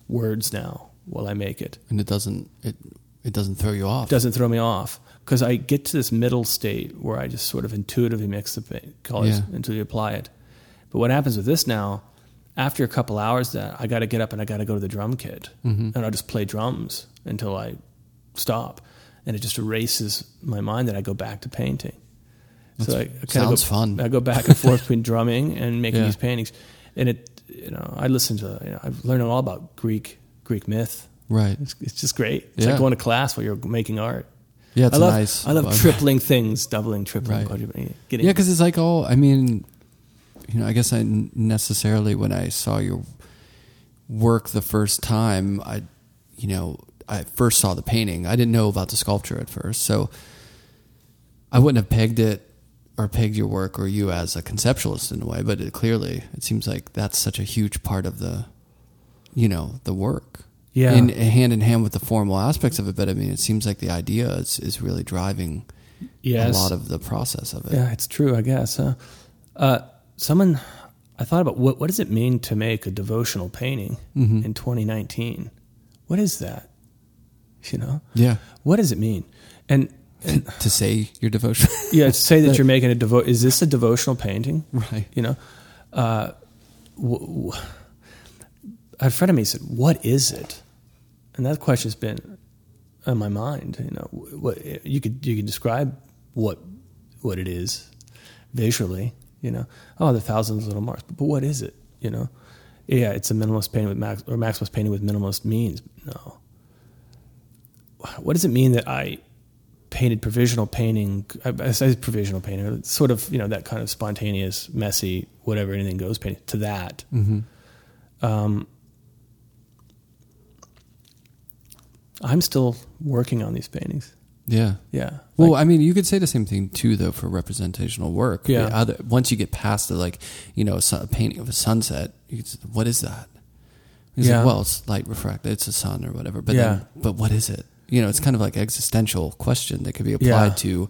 words now while I make it
and it doesn't it it doesn't throw you off.
doesn't throw me off because I get to this middle state where I just sort of intuitively mix the pa- colors
Yeah.
until you apply it. But what happens with this now? After a couple hours, that I got to get up and I got to go to the drum kit,
Mm-hmm.
and I'll just play drums until I stop, and it just erases my mind that I go back to painting. so I, I kinda
sounds
go,
fun.
I go back and forth between drumming and making
Yeah.
these paintings, and it, you know, I listen to, you know, I've learned all about Greek Greek myth.
Right.
It's, it's just great. It's
Yeah.
like going to class while you're making art.
Yeah, it's
I love,
nice.
I love
vibe.
tripling things, doubling, tripling,
Right.
quadrupling, getting
Yeah, because it's like all. I mean, you know, I guess I n- necessarily when I saw your work the first time, I, you know, I first saw the painting. I didn't know about the sculpture at first, so I wouldn't have pegged it or pegged your work or you as a conceptualist in a way. But it, clearly, it seems like that's such a huge part of the, you know, the work.
Yeah.
in hand in hand with the formal aspects of it, but I mean, it seems like the idea is, is really driving
Yes.
a lot of the process of it.
Yeah, it's true, I guess. Huh? Uh, someone, I thought about what, what does it mean to make a devotional painting
Mm-hmm.
in 2019? What is that? You know,
Yeah.
what does it mean? And
To say your devotion.
yeah, to say that you're making a devo, is this a devotional painting?
right.
You know, uh, w- w- a friend of me said, "What is it?" And that question's been in my mind. You know, wh- what you could you could describe what what it is visually. You know, oh, the thousands of little marks, but what is it? You know, yeah, it's a minimalist painting with max or maximalist painting with minimalist means. No, what does it mean that I painted provisional painting? I, I say provisional painting, but it's sort of you know that kind of spontaneous, messy, whatever anything goes painting to that. Um, I'm still working on these paintings.
Yeah.
Yeah.
Well,
Like,
I mean, you could say the same thing too, though, for representational work.
Yeah.
The Other, once you get past the like, you know, su- a painting of a sunset, you could say, what is that? It's
Yeah.
like, well, it's light refracted. It's the sun or whatever. But
Yeah.
then, but what is it? You know, it's kind of like existential question that could be applied
Yeah.
to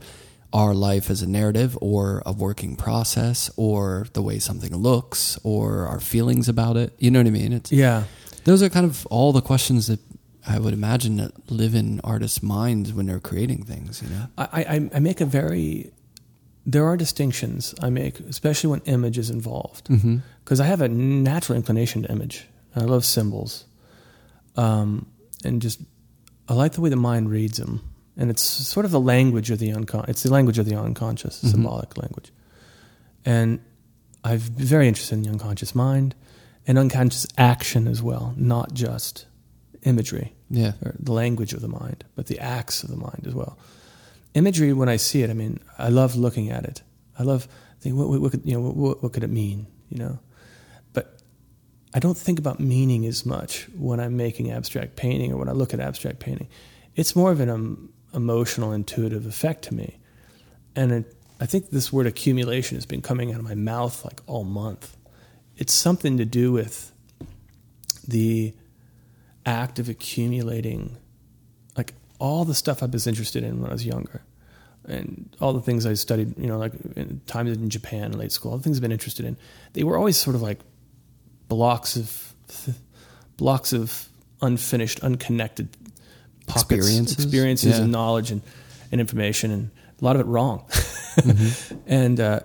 our life as a narrative or a working process or the way something looks or our feelings about it. You know what I mean? It's
yeah.
Those are kind of all the questions that I would imagine that live in artists' minds when they're creating things. You know,
I, I, I make a very there are distinctions I make, especially when image is involved, because I have a natural inclination to image. I love symbols, um, and just I like the way the mind reads them, and it's sort of the language of the uncon. It's the language of the unconscious, symbolic language, and i have been very interested in the unconscious mind and unconscious action as well, not just imagery
yeah,
or the language of the mind, but the acts of the mind as well. Imagery, when I see it, I mean, I love looking at it. I love thinking, what, what, what could, you know, what- what, what could it mean, you know? But I don't think about meaning as much when I'm making abstract painting or when I look at abstract painting. It's more of an um, emotional, intuitive effect to me. And it, I think this word accumulation has been coming out of my mouth like all month. It's something to do with the act of accumulating like all the stuff I was interested in when I was younger and all the things I studied, you know, like in times in Japan in late school, all the things I've been interested in, they were always sort of like blocks of blocks of unfinished, unconnected pockets,
Experiences?
experiences
Yeah.
and knowledge and, and information and a lot of it wrong.
Mm-hmm.
and, uh,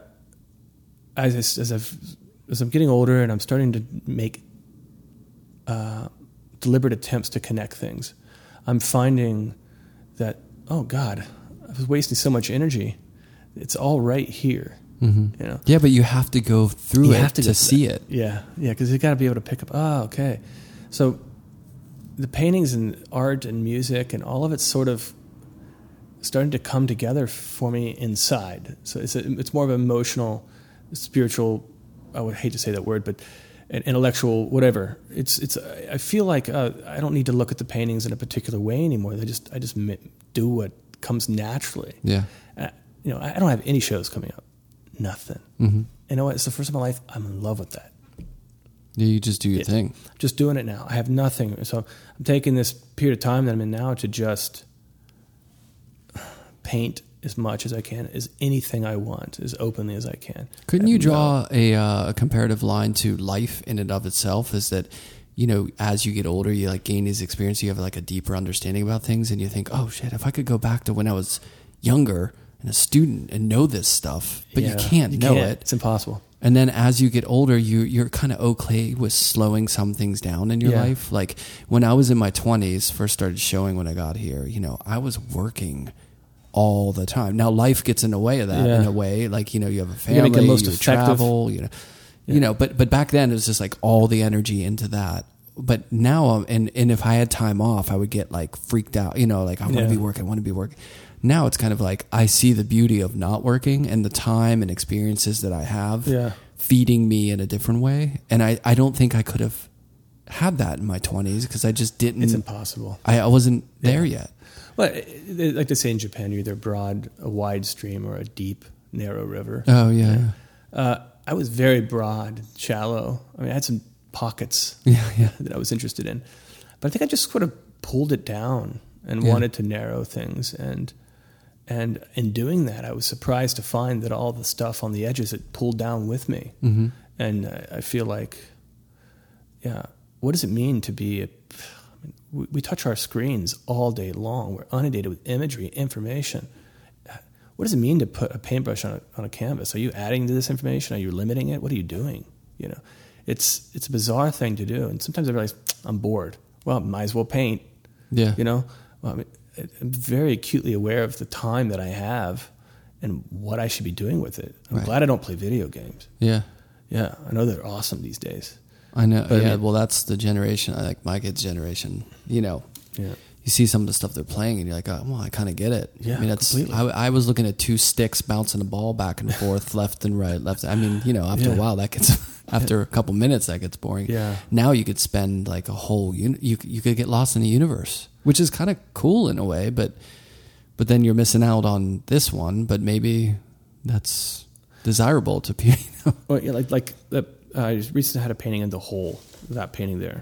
as, as, as I've, as I'm getting older and I'm starting to make uh, deliberate attempts to connect things. I'm finding that, oh God, I was wasting so much energy. It's all right here. Mm-hmm. You know?
yeah. But you have to go through it to,
go through
see
that.
it.
Yeah, yeah, because you got to be able to pick up. Oh, okay. So the paintings and art and music and all of it's sort of starting to come together for me inside. So it's a, it's more of an emotional, spiritual. I would hate to say that word, but an intellectual, whatever. It's it's. I I feel like uh, I don't need to look at the paintings in a particular way anymore. They just I just mi- do what comes naturally.
Yeah,
Uh, you know, I I don't have any shows coming up nothing.
Mm-hmm.
You know what? It's the first time in my life I'm in love with that.
Yeah, you just do your thing.
just doing it now. I have nothing. So I'm taking this period of time that I'm in now to just paint as much as I can, as anything I want, as openly as I can.
Couldn't you
And, uh,
draw a, uh, a comparative line to life in and of itself? Is that you know, as you get older, you like gain these experience, you have like a deeper understanding about things, and you think, oh shit, if I could go back to when I was younger and a student and know this stuff, but
yeah,
you can't know
can't.
it.
It's impossible.
And then as you get older, you you're kind of okay with slowing some things down in your
Yeah.
life. Like when I was in my 20s, first started showing when I got here, you know, I was working all the time. Now life gets in the way of that
Yeah.
in a way, like you know, you have a
You gotta
family,
make the most
you
effective-
travel, you know. You know, but but back then it was just like all the energy into that. But now um, and and if I had time off, I would get like freaked out, you know, like I want to
Yeah.
be working, I want to be working. Now it's kind of like I see the beauty of not working and the time and experiences that I have
Yeah.
feeding me in a different way. And I, I don't think I could have had that in my 20s because I just
It's
didn't,
impossible.
I, I wasn't there yet.
Well, it- it- like they say in Japan, you're either broad, a wide stream, or a deep, narrow river.
Oh, yeah.
Uh, I was very broad, shallow. I mean, I had some pockets
Yeah, yeah.
that I was interested in. But I think I just sort of pulled it down and
Yeah.
wanted to narrow things and and in doing that, I was surprised to find that all the stuff on the edges it pulled down with me. Mm-hmm. And I, I feel like, yeah, what does it mean to be? A, I mean, we, we touch our screens all day long. We're inundated with imagery, information. What does it mean to put a paintbrush on a, on a canvas? Are you adding to this information? Are you limiting it? What are you doing? You know, it's it's a bizarre thing to do. And sometimes I realize I'm bored. Well, might as well paint
Yeah.
you know well, I mean, I- i'm very acutely aware of the time that i have and what i should be doing with it i'm
Right.
glad i don't play video games
yeah.
yeah i know they're awesome these days
I know.
But I
yeah.
mean-
well, that's the generation, I like my kids' generation, you know.
yeah
You see some of the stuff they're playing, and you're like, oh, well, I kind of get it.
Yeah,
I mean, that's.
completely.
I, I was looking at two sticks bouncing a ball back and forth, left and right, left. I mean, you know, after
Yeah.
a while, that gets. After a couple minutes, that gets boring.
Yeah.
Now you could spend like a whole. Uni- you you could get lost in the universe, which is kind of cool in a way, but but then you're missing out on this one. But maybe that's desirable to people. You know?
well yeah, like like the, i just recently had a painting in the hole that painting there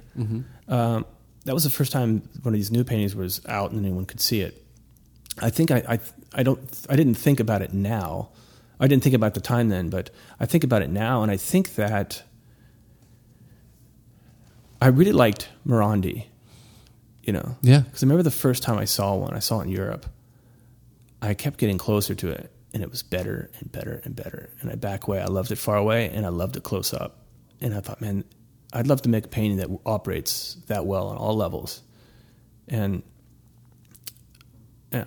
um, that was the first time one of these new paintings was out and anyone could see it I think I, I I don't I didn't think about it now. I didn't think about the time then, but I think about it now, and I think that I really liked Morandi. You know,
Yeah.
Because I remember the first time I saw one, I saw it in Europe. I kept getting closer to it, and it was better and better and better. And I back away. I loved it far away, and I loved it close up. And I thought, man, I'd love to make a painting that operates that well on all levels. And uh,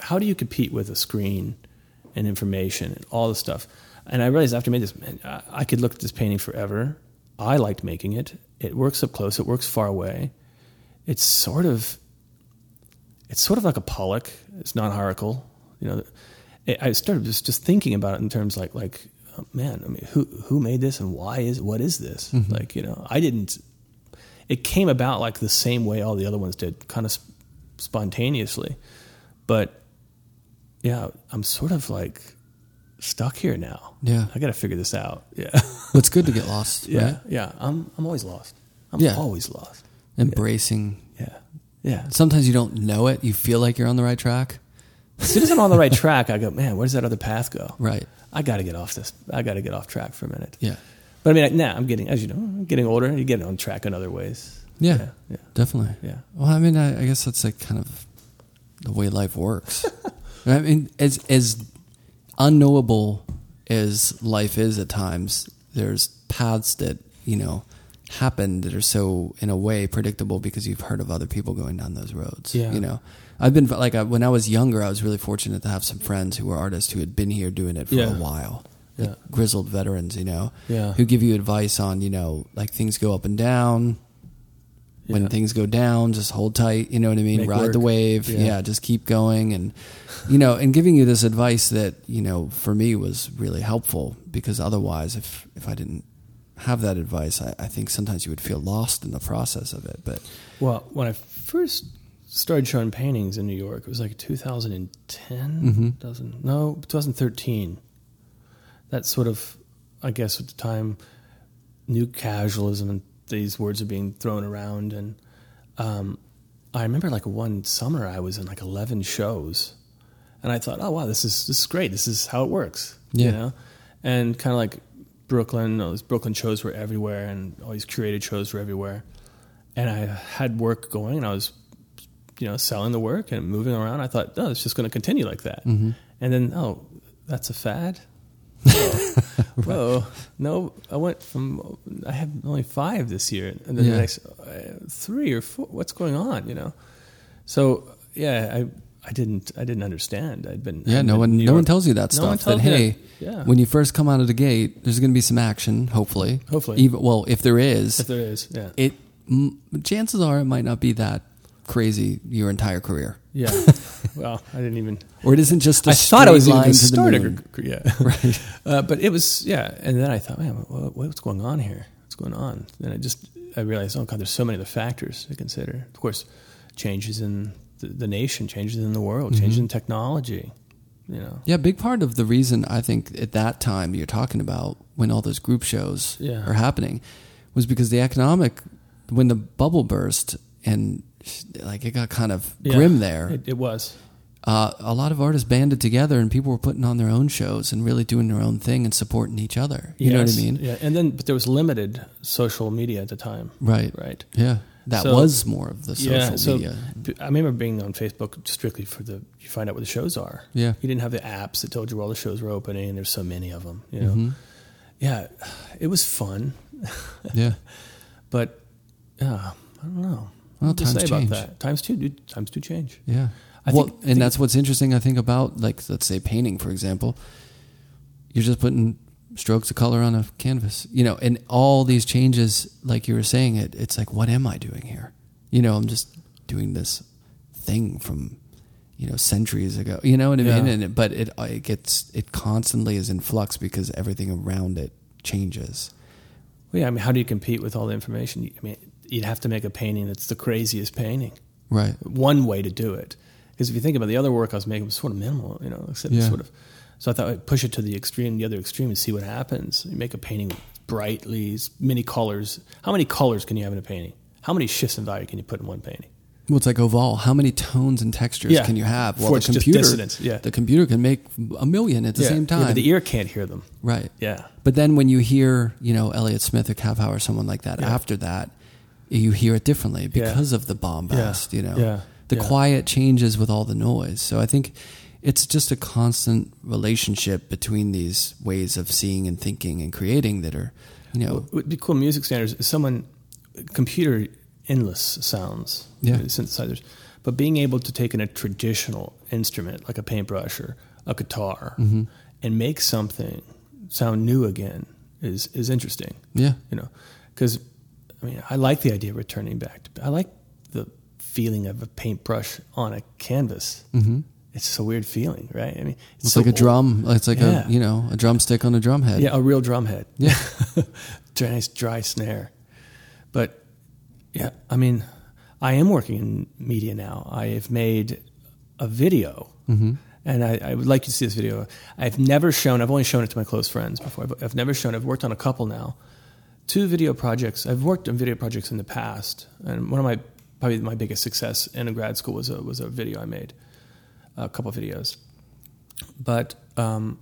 how do you compete with a screen and information and all the stuff? And I realized after I made this, man, I, I could look at this painting forever. I liked making it. It works up close. It works far away. It's sort of, it's sort of like a Pollock. It's non-hierarchical. You know, I- I started just, just thinking about it in terms like like, oh, man, I mean, who who made this and why is what is this?
Mm-hmm.
Like you know, I didn't. It came about like the same way all the other ones did, kind of sp- spontaneously but yeah, I'm sort of like stuck here now.
Yeah.
I got to figure this out. Yeah,
Well, it's good to get lost.
yeah,
Right?
yeah. I'm I'm always lost. I'm
Yeah.
always lost.
Embracing.
Yeah, yeah.
Sometimes you don't know it. You feel like you're on the right track.
As soon as I'm on the right track, I go, man, where does that other path go?
Right.
I got to get off this. I got to get off track for a minute.
Yeah.
But I mean, like, now I'm getting, as you know, I'm getting older. You get on track in other ways.
Yeah,
yeah, yeah.
definitely.
Yeah.
Well, I mean, I, I guess that's like kind of the way life works. I mean, as as unknowable as life is at times, there's paths that you know happen that are so in a way predictable because you've heard of other people going down those roads.
Yeah.
You know, I've been like I, when I was younger, I was really fortunate to have some friends who were artists who had been here doing it for
Yeah.
a while.
Yeah.
Like grizzled veterans, you know,
Yeah.
who give you advice on, you know, like things go up and down, when
Yeah.
things go down, just hold tight. You know what I mean?
Make
Ride the
work.
wave.
Yeah.
Yeah. just keep going. And, you know, and giving you this advice that, you know, for me was really helpful because otherwise, if, if I didn't have that advice, I, I think sometimes you would feel lost in the process of it. But
Well, when I first started showing paintings in New
Mm-hmm.
York, it was like 2010, 2000 no, 2013. that sort of, I guess, at the time, new casualism and these words are being thrown around. And um, I remember like one summer I was in like 11 shows and I thought, oh, wow, this is, this is great. This is how it works.
Yeah.
You know? And kind of like Brooklyn, all these Brooklyn shows were everywhere and all these curated shows were everywhere. And I had work going and I was you know, selling the work and moving around. I thought, oh, it's just going to continue like that. And then, oh, that's a fad. Whoa, no! I went from I had only five this year, and then
Yeah.
the next uh, three or four. What's going on? You know, so yeah, I I didn't I didn't understand. I'd been
Yeah,
I'd
no
been
one,
New
no one
York-
tells you that
No
stuff.
one tells
that
you
hey,
that. Yeah.
when you first come out of the gate, there's going to be some action. Hopefully,
Hopefully.
even well, if there is,
if there is. Yeah,
it m- chances are it might not be that crazy your entire career,
yeah. well, I didn't even.
or it isn't just. a
I thought I was
straight
even
line
going to
to the
start a
moon.
gr- gr- yeah. Right. Uh, but it was, yeah. And then I thought, man, what, what's going on here? What's going on? And I just, I realized, oh, God, there's so many other factors to consider. Of course, changes in the, the nation, changes in the
Mm-hmm.
world, changes in technology, you know.
Yeah, big part of the reason I think at that time you're talking about when all those group shows
Yeah.
are happening was because the economic when the bubble burst and like it got kind of
Yeah.
grim there.
It, it was.
uh, a lot of artists banded together and people were putting on their own shows and really doing their own thing and supporting each other. You know what I
Yes.
mean?
Yeah. And then, but there was limited social media at the time.
Right.
Right.
Yeah. That
So-
was more of the social media.
p- I remember being on Facebook strictly for the you find out what the shows are.
Yeah.
you didn't have the apps that told you where all the shows were opening. and There's so many of them.
Mm-hmm.
You know, yeah, it was fun,
Yeah.
but yeah, I don't know.
Well,
What to say
times
about
change.
that? Times do dude, times do change.
Yeah.
I
well,
think-
and that's what's interesting, I think, about, like, let's say painting, for example. You're just putting strokes of color on a canvas, you know, and all these changes, like you were saying, it, it's like, what am I doing here? You know, I'm just doing this thing from, you know, centuries ago, you know what I mean?
Yeah.
And it, but it, it gets, it constantly is in flux because everything around it changes.
Well, yeah, I mean, how do you compete with all the information? I mean, you'd have to make a painting that's the craziest painting.
Right.
one way to do it. Because if you think about the other work I was making, it was sort of minimal, you know, except
Yeah.
sort of. So I thought I'd push it to the extreme, the other extreme, and see what happens. You make a painting brightly, s- many colors. How many colors can you have in a painting? How many shifts in value can you put in one painting?
Well, it's like Oval. How many tones and textures
Yeah.
can you have? Well,
For
the
it's just
computer,
dissonance, yeah.
the computer can make a million at the
Yeah.
same
Yeah,
time,
but the ear can't hear them.
right?
Yeah.
But then when you hear, you know, Elliott Smith or Kavau or someone like that, after that, you hear it differently
Yeah.
because of the bombast.
Yeah.
You know,
Yeah.
the
Yeah.
quiet changes with all the noise. So I think it's just a constant relationship between these ways of seeing and thinking and creating that are, you know,
What would be cool music standards is someone computer endless sounds
Yeah.
uh, synthesizers but being able to take in a traditional instrument like a paintbrush or a guitar
Mm-hmm.
and make something sound new again is is interesting
yeah,
you know because i mean i like the idea of returning back to i like the feeling of a paintbrush on a canvas mm-hmm. it's just a weird feeling right i mean
it's
so
like a
old.
drum. It's like
Yeah.
a you know a drumstick on a drumhead.
Yeah, a real drumhead.
Yeah.
nice dry snare. But yeah, I mean, I am working in media now. I have made a video,
Mm-hmm.
and I, I would like you to see this video. I've never shown. I've only shown it to my close friends before. I've, I've never shown. I've worked on a couple now. Two video projects. I've worked on video projects in the past, and one of my probably my biggest success in grad school was a was a video I made, a couple videos. But um,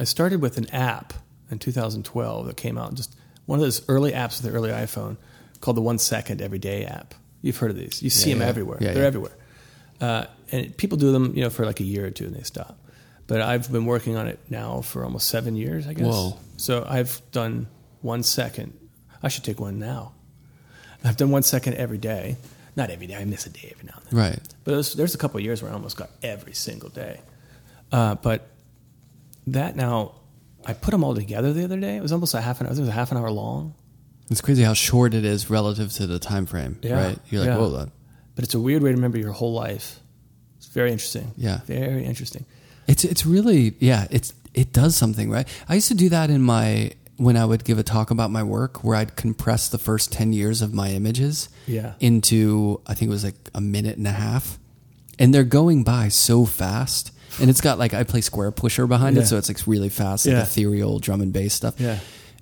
I started with an app in 2012 that came out, just one of those early apps with the early iPhone called the One Second Everyday app. You've heard of these. You see
Yeah,
them
yeah.
everywhere.
Yeah,
They're
yeah.
everywhere. Uh, and people do them, you know, for like a year or two and they stop. But I've been working on it now for almost seven years, I guess.
Whoa.
So I've done one second. I should take one now. I've done one second every day. Not every day. I miss a day every now and then.
Right.
But there's, there's a couple of years where I almost got every single day. Uh, but that now, I put them all together the other day. It was almost a half an hour. I think It was a half an hour long,
It's crazy how short it is relative to the time frame,
Yeah.
right? You're like,
Yeah.
whoa, that,
but it's a weird way to remember your whole life. It's very interesting.
Yeah.
very interesting.
it's it's really yeah, it's it does something, right? I used to do that in my when I would give a talk about my work, where I'd compress the first ten years of my images
Yeah.
into I think it was like a minute and a half, and they're going by so fast. and it's got like I play square pusher behind
Yeah.
it, so it's like really fast, like
Yeah.
ethereal drum and bass stuff.
Yeah.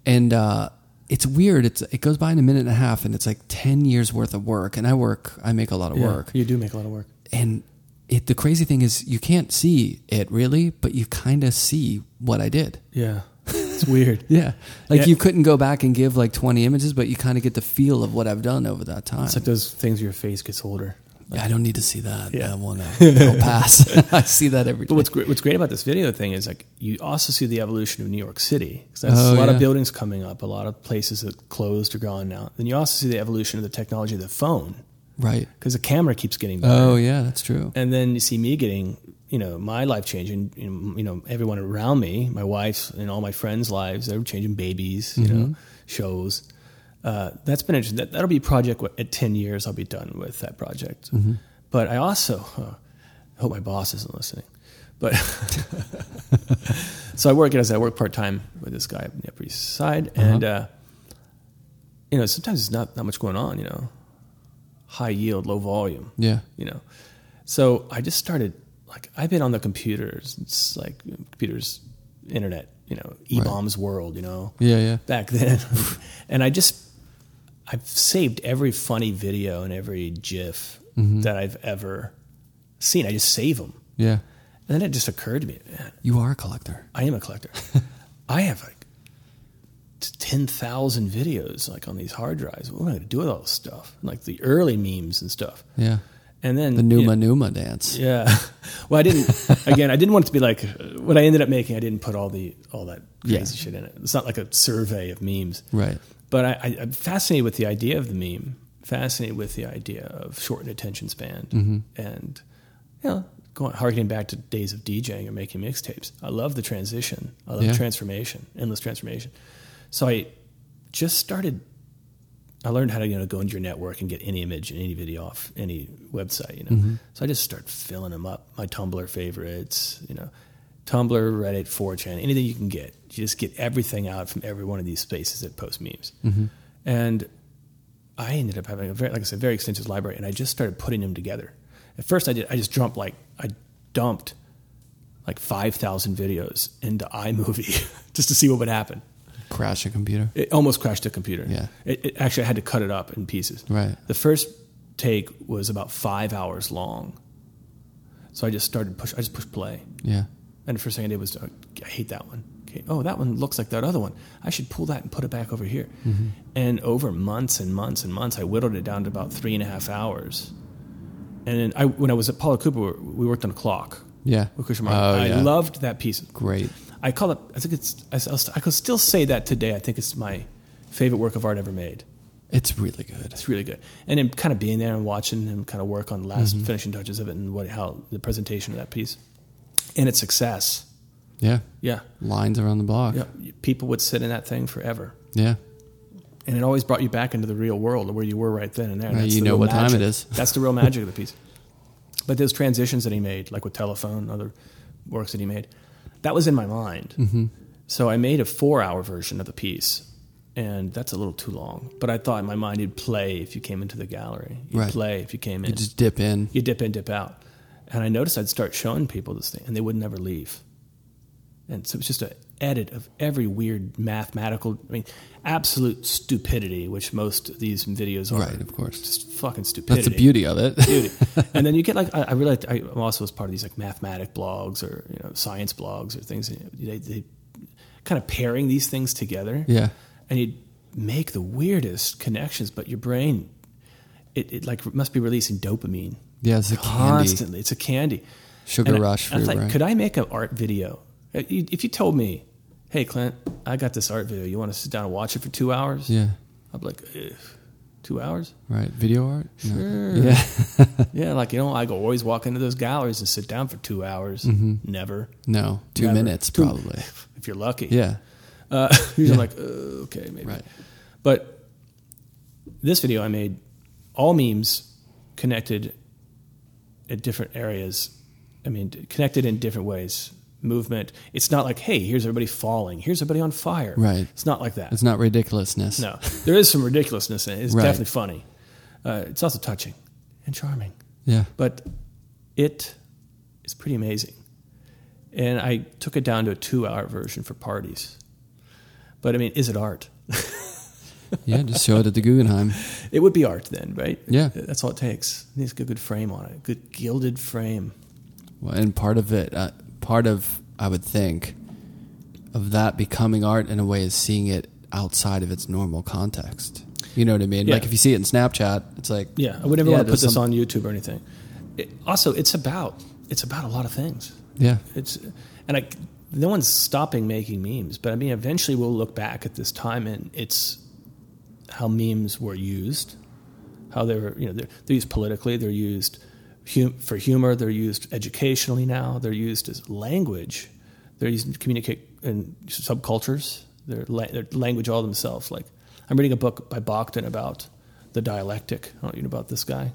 and uh, it's weird. It's it goes by in a minute and a half, and it's like ten years worth of work. And I work, I make a lot of work,
You do make a lot of work.
and it. The crazy thing is, you can't see it really, but you kind of see what I did.
Yeah. It's weird.
Yeah, like
Yeah.
you couldn't go back and give like twenty images, but you kind of get the feel of what I've done over that time.
It's like those things where your face gets older.
Yeah, I don't need to see that.
Yeah.
I want to. I'll pass. I see that every
But
day.
what's great, what's great about this video thing is like you also see the evolution of New York City. 'Cause that's
Oh,
a lot
yeah.
of buildings coming up, a lot of places that closed or gone now. Then you also see the evolution of the technology of the phone
Right.
because the camera keeps getting better.
Oh yeah, that's true.
and then you see me getting you know my life changing you know, you know everyone around me my wife's and all my friends lives they're changing babies you know shows uh, that's been interesting that, that'll be a project wh- at 10 years i'll be done with that project but i also uh, I hope my boss isn't listening but so i work as i work part-time with this guy on the upper east side and uh, you know sometimes there's not, not much going on you know high yield low volume
Yeah.
you know. So I just started like I've been on the computers, it's like computers, internet, you know, e bombs world, you know,
Yeah, yeah.
back then, and I just I've saved every funny video and every GIF
Mm-hmm.
that I've ever seen. I just save them,
Yeah.
and then it just occurred to me, man,
You are a collector.
I am a collector. I have like ten thousand videos like on these hard drives. What am I going to do with all this stuff? Like the early memes and stuff,
Yeah.
and then
The
you know,
Numa Numa dance.
yeah. Well, I didn't. Again, I didn't want it to be like what I ended up making. I didn't put all the all that crazy
Yeah.
shit in it. It's not like a survey of memes,
Right.
But I, I, I'm fascinated with the idea of the meme. Fascinated with the idea of shortened attention span,
Mm-hmm.
and you know, going harkening back to days of DJing or making mixtapes. I love the transition. I love
Yeah.
transformation, endless transformation. So I just started. I learned how to you know go into your network and get any image and any video off any website. You know, so I just start filling them up. My Tumblr favorites. You know, Tumblr, Reddit, 4chan, anything you can get. You just get everything out from every one of these spaces that post memes. And I ended up having a very, like I said, very extensive library, and I just started putting them together. At first, I did. I just dumped like I dumped like five thousand videos into iMovie just to see what would happen.
Crash a computer.
It almost crashed the computer.
Yeah.
It, it, actually, I had to cut it up in pieces.
Right.
The first take was about five hours long, so I just started push. I just pushed play,
Yeah.
and the first thing I did was uh, I hate that one. Okay. Oh, that one looks like that other one. I should pull that and put it back over here.
Mm-hmm.
And over months and months and months, I whittled it down to about three and a half hours. And then I, when I was at Paula Cooper, we worked on a clock.
Yeah.
with Christian Martin.
Oh,
I
yeah.
loved that piece.
Great.
I call it. I think it's. I, I'll st- I could still say that today. I think it's my favorite work of art ever made.
It's really good.
It's really good. And then kind of being there and watching him kind of work on the last finishing touches of it and what how the presentation of that piece and its success.
Yeah.
Yeah,
Lines around the block.
yeah. People would sit in that thing forever,
Yeah.
and it always brought you back into the real world where you were right then and there. And
Now you
the
know
real
what time
magic.
it is.
That's the real magic of the piece. But those transitions that he made, like with telephone, other works that he made, that was in my mind.
Mm-hmm.
So I made a four-hour version of the piece, and that's a little too long. But I thought in my mind, you'd play if you came into the gallery. You'd
Right.
play if you came in.
You just dip in.
you dip in, dip out. And I noticed I'd start showing people this thing, and they would never leave. And so it was just a edit of every weird mathematical, I mean, absolute stupidity, which most of these videos are.
Right, of course.
Just fucking stupidity.
That's the beauty of it.
Beauty. and then you get like, I, I realized I, I'm also as part of these like mathematic blogs or, you know, science blogs or things. and they, they kind of pairing these things together
yeah.
and you make the weirdest connections, but your brain, it, it like must be releasing dopamine
Yeah. It's a candy.
constantly. It's a candy.
Sugar
And I-
rush for
I
your
thought,
brain.
could I make an art video? Uh, you- If you told me, hey Clint, I got this art video. You want to sit down and watch it for two hours?
Yeah.
I'd be like, "Ugh, two hours?
Right. Video art. No.
Sure.
Yeah.
Yeah, like you know, I go always walk into those galleries and sit down for two hours.
Mm-hmm.
Never.
No. Two
Never.
minutes
Two-
probably.
If you're lucky.
Yeah.
Uh, usually I'm like, "Uh, okay, maybe.
Right.
But this video I made, all memes connected at different areas. I mean, d- connected in different ways. Movement. It's not like, hey, here's everybody falling. Here's everybody on fire.
Right.
It's not like that.
It's not ridiculousness.
no, there is some ridiculousness in it. It's
Right.
definitely funny. Uh, it's also touching and charming
Yeah.
but it is pretty amazing. and I took it down to a two-hour version for parties. But I mean, is it art?
Yeah, just show it at the Guggenheim.
It would be art then, right?
Yeah.
that's all it takes. It needs a good frame on it, good gilded frame.
Well, and part of it, uh, part of I would think of that becoming art in a way is seeing it outside of its normal context. You know what I mean?
Yeah.
Like if you see it in Snapchat, it's like
Yeah, I would never
Yeah,
want to put
there's
this
some-
on YouTube or anything. It, also, it's about it's about a lot of things.
yeah,
It's and I no one's stopping making memes, but I mean, eventually we'll look back at this time and it's how memes were used, how they were you know they're, they're used politically, they're used hum- for humor, they're used educationally now, they're used as language, they're used to communicate in subcultures. They're, la- they're language all themselves. Like I'm reading a book by Bogdan about the dialectic. I don't know about this guy,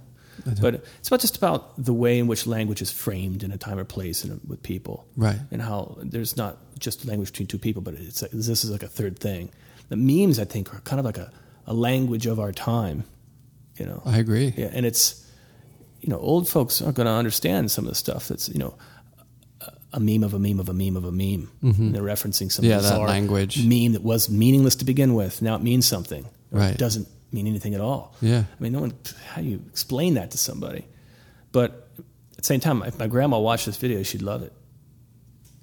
but it's about just about the way in which language is framed in a time or place and with people
right.
and how there's not just language between two people, but it's like, this is like a third thing. The memes, I think, are kind of like a, a language of our time, you know.
I agree.
Yeah, and it's you know, old folks aren't going to understand some of the stuff that's you know, a, a meme of a meme of a meme of a meme. And they're referencing some
Mm-hmm. Yeah, that
bizarre
language.
meme that was meaningless to begin with. Now it means something. Or
Right.
It doesn't mean anything at all.
Yeah.
I mean, no one. How do you explain that to somebody? But at the same time, if my grandma watched this video, she'd love it.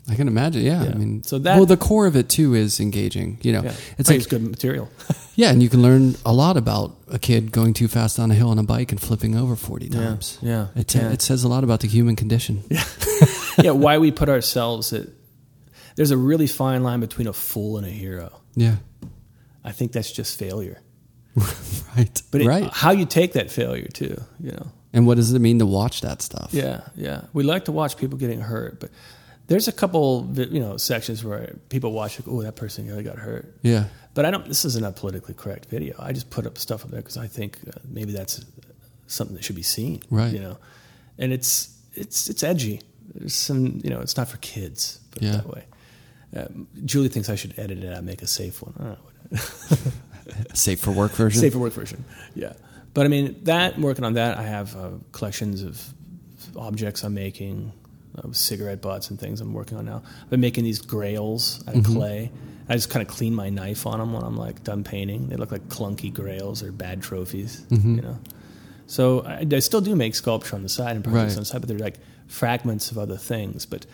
I can imagine. Yeah, I
Yeah.
mean,
So that-
well, the core of it too is engaging. You know,
Yeah.
it's
Right,
like
it's good material.
yeah, and you can learn a lot about a kid going too fast on a hill on a bike and flipping over forty times.
yeah,
it
yeah.
it says a lot about the human condition.
yeah, why we put ourselves at there's a really fine line between a fool and a hero.
Yeah,
I think that's just failure.
right.
But it,
right.
how you take that failure too, you know.
And what does it mean to watch that stuff?
Yeah, yeah. We like to watch people getting hurt, but there's a couple vi- you know sections where people watch like, oh, that person really got hurt.
Yeah.
But I don't. This isn't a politically correct video. I just put up stuff up there because I think uh, maybe that's something that should be seen.
Right.
You know, and it's it's it's edgy. There's some you know it's not for kids. Put
Yeah.
it that way. Um, Julie thinks I should edit it out, make a safe one. I don't know.
Safe for work version.
Safe for work version. Yeah. But I mean, that working on that, I have uh, collections of objects I'm making, uh, cigarette butts and things I'm working on now. I've been making these grails out of
Mm-hmm.
clay. I just kind of clean my knife on them when I'm like done painting. They look like clunky grails or bad trophies,
Mm-hmm.
you know. So I, I still do make sculpture on the side and projects
Right.
on the side, but they're like fragments of other things. But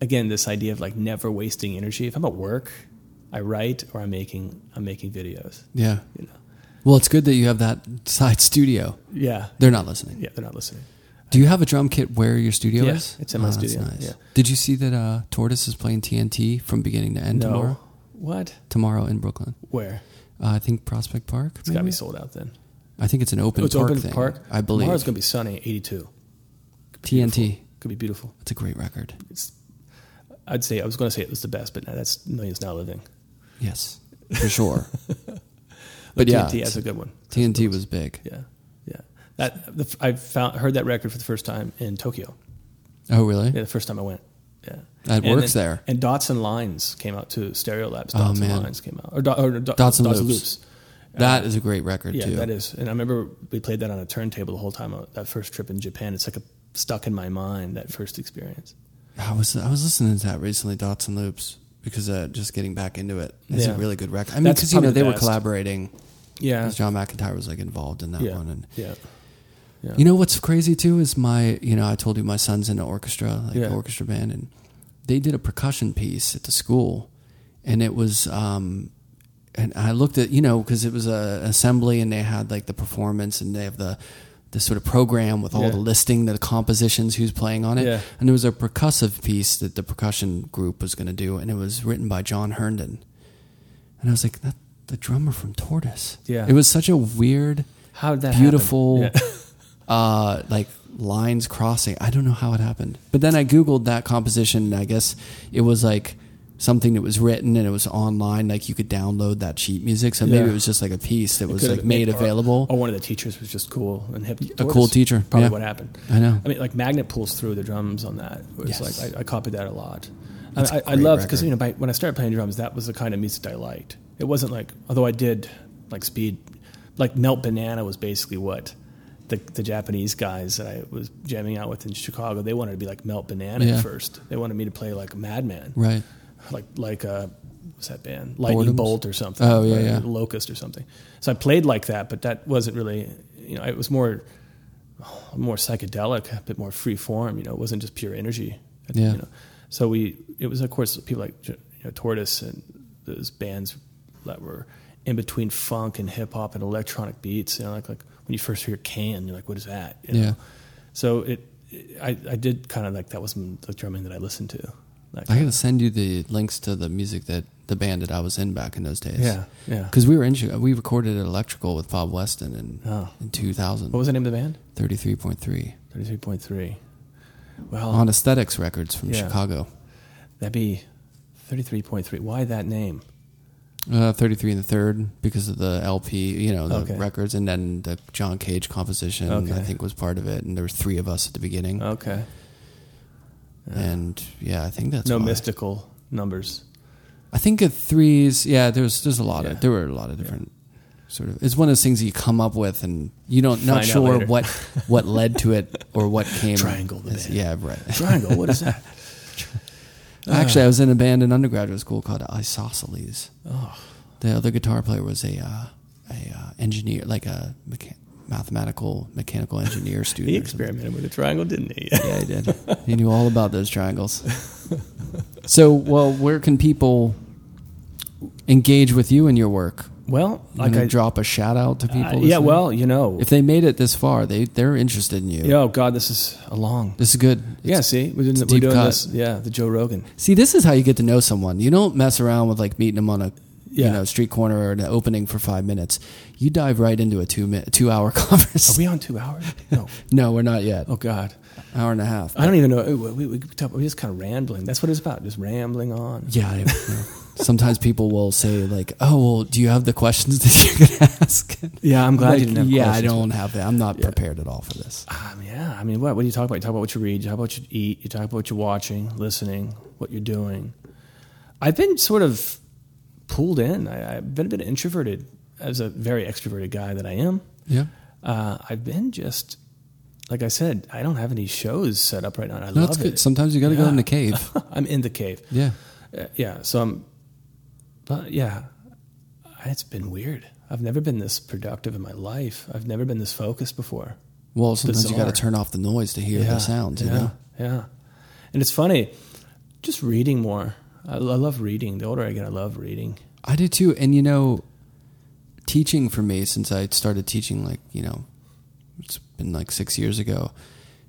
again, this idea of like never wasting energy. If I'm at work, I write or I'm making I'm making videos.
Yeah.
You know.
Well, it's good that you have that side studio.
Yeah.
They're not listening.
Yeah, they're not listening.
Do you have a drum kit where your studio
Yeah,
is? Oh,
it's in my
that's
studio, yeah.
Did you see that uh, Tortoise is playing TNT from beginning to end
No.
tomorrow?
What?
Tomorrow in Brooklyn.
Where?
Uh, I think Prospect Park.
It's got to
maybe?
be sold out then.
I think it's an open
Oh, it's
park
open
thing,
park.
I believe.
Tomorrow's going to be sunny, 82.
TNT.
Could be beautiful.
It's a great record.
It's, I'd say, I was going to say it was the best, but now that's Millions Now Living.
Yes, for sure. but yeah,
TNT has a good one.
TNT was big.
Yeah. Yeah. That, the, I found, heard that record for the first time in Tokyo.
Oh, really?
Yeah, the first time I went. Yeah.
That
And
works
then-
there.
And Dots and Lines came out too. Stereo Labs.
Oh,
Dots
man.
and Lines came out. Or, do, or do,
Dots and Loops.
Loops.
That is a great record
uh, Yeah,
too.
that is. And I remember we played that on a turntable the whole time. uh, That first trip in Japan, it's like a, stuck in my mind that first experience.
I was I was listening to that recently, Dots and Loops, because uh, just getting back into it is a
Yeah.
really good record. I mean,
That's
because you know
probably the
they were
best.
collaborating.
Yeah,
'cause John McIntyre was like involved in that
yeah,
one, and
yeah, yeah.
you know what's crazy too is my you know I told you my son's in an orchestra, like
Yeah.
orchestra band, and they did a percussion piece at the school, and it was um, and I looked at you know because it was a assembly and they had like the performance and they have the the sort of program with all
Yeah.
the listing the compositions who's playing on it
Yeah.
and there was a percussive piece that the percussion group was going to do and it was written by John Herndon and I was like that the drummer from Tortoise
Yeah.
it was such a weird
How did that happen?
beautiful
Yeah.
uh, like lines crossing. I don't know how it happened, but then I googled that composition, and I guess it was like something that was written and it was online. Like you could download that sheet music, so maybe
Yeah.
it was just like a piece that was
Could've
like made
been- Oh. or-
available.
Or, one of the teachers was just cool and hip.
A cool teacher,
probably
yeah.
what happened.
I know.
I mean, like Magnet pulls through the drums on that. It was
Yes.
like I, I copied that a lot.
That's
I,
a
I
great
loved because
record.
you know by, when I started playing drums, that was the kind of music I liked. It wasn't like although I did like speed, like Melt Banana was basically what the, the Japanese guys that I was jamming out with in Chicago, they wanted to be like Melt Banana
Yeah.
at first. They wanted me to play like a madman,
Right.
like like uh, what's that band, Lightning
Boredoms?
Bolt or something.
Oh, yeah,
or
yeah.
Locust or something. So I played like that, but that wasn't really, you know, it was more more psychedelic, a bit more free form. You know, it wasn't just pure energy.
Yeah.
You know? So we, it was of course people like you know, Tortoise and those bands that were in between funk and hip hop and electronic beats. You know, like like when you first hear Can, you're like, what is that? You
Yeah.
Know? So it, I I did kind of like that was the drumming that I listened to. Like,
I gotta send you the links to the music that the band that I was in back in those days.
yeah, yeah.
Because we were in, Chi- we recorded at Electrical with Bob Weston in,
Oh.
in 2000,
What was the name of the band?
33.3
Thirty three point three. Well,
on Aesthetics Records from
Oh. Yeah.
Chicago.
that'd be thirty three point three. Why that name?
Uh, 33 and the third because of the LP, you know, the
Okay.
records, and then the John Cage composition, I
Okay.
think, was part of it. And there was three of us at the beginning.
Okay.
And yeah, I think that's
no
why.
mystical numbers.
I think at threes, yeah, there's there's a lot
Yeah.
of there were a lot of different sort of. It's one of those things that you come up with and you don't not
Find out
sure
later.
what what led to it or what came.
Triangle the
as-
band.
yeah, right.
Triangle. What is that? Uh.
Actually, I was in a band in undergraduate school called Isosceles. The other guitar player was a uh, a uh, engineer, like a mechan- mathematical mechanical engineer student.
He
or something.
experimented with a triangle, didn't he?
Yeah, he did. he knew all about those triangles. So, well, where can people engage with you and your work?
Well,
You like
like I
drop a shout out to people.
uh, yeah.
listening?
Well, you know.
if they made it this far, they they're interested in you.
yeah, oh God, this is a long.
This is good. It's-
yeah. See, we're doing,
it's a
the, we're
deep
doing
cut.
this. Yeah, the Joe Rogan.
See, this is how you get to know someone. You don't mess around with like meeting them on a you
Yeah.
know street corner or an opening for five minutes. You dive right into a two minute, two hour conversation.
Are we on two hours? No.
no, we're not yet.
Oh God,
Hour and a half.
I don't even know. We, we, we, talk, we just kind of rambling. That's what it's about. Just rambling on.
yeah. I, Sometimes people will say like, "Oh, well, do you have the questions that you could ask?"
Yeah, I'm glad
Like,
you didn't have.
yeah,
questions.
I don't have that. I'm not prepared at all for this.
Um, yeah, I mean, what, what do you talk about? You talk about what you read, you talk about what you eat, you talk about what you're watching, listening, what you're doing. I've been sort of pulled in. I, I've been a bit introverted as a very extroverted guy that I am.
Yeah.
Uh, I've been just, like I said, I don't have any shows set up right now. and I
No,
love
it's good.
it.
Sometimes you got to go
Yeah.
in the cave.
I'm in the cave.
Yeah.
Uh, yeah, so I'm, but yeah, it's been weird. I've never been this productive in my life. I've never been this focused before.
Well, sometimes you got to
bizarre.
turn off the noise to hear the sounds. You
yeah,
know,
yeah. And it's funny, just reading more. I, I love reading. The older I get, I love reading.
I do too. And you know, teaching for me since I started teaching, like you know, it's been like six years ago,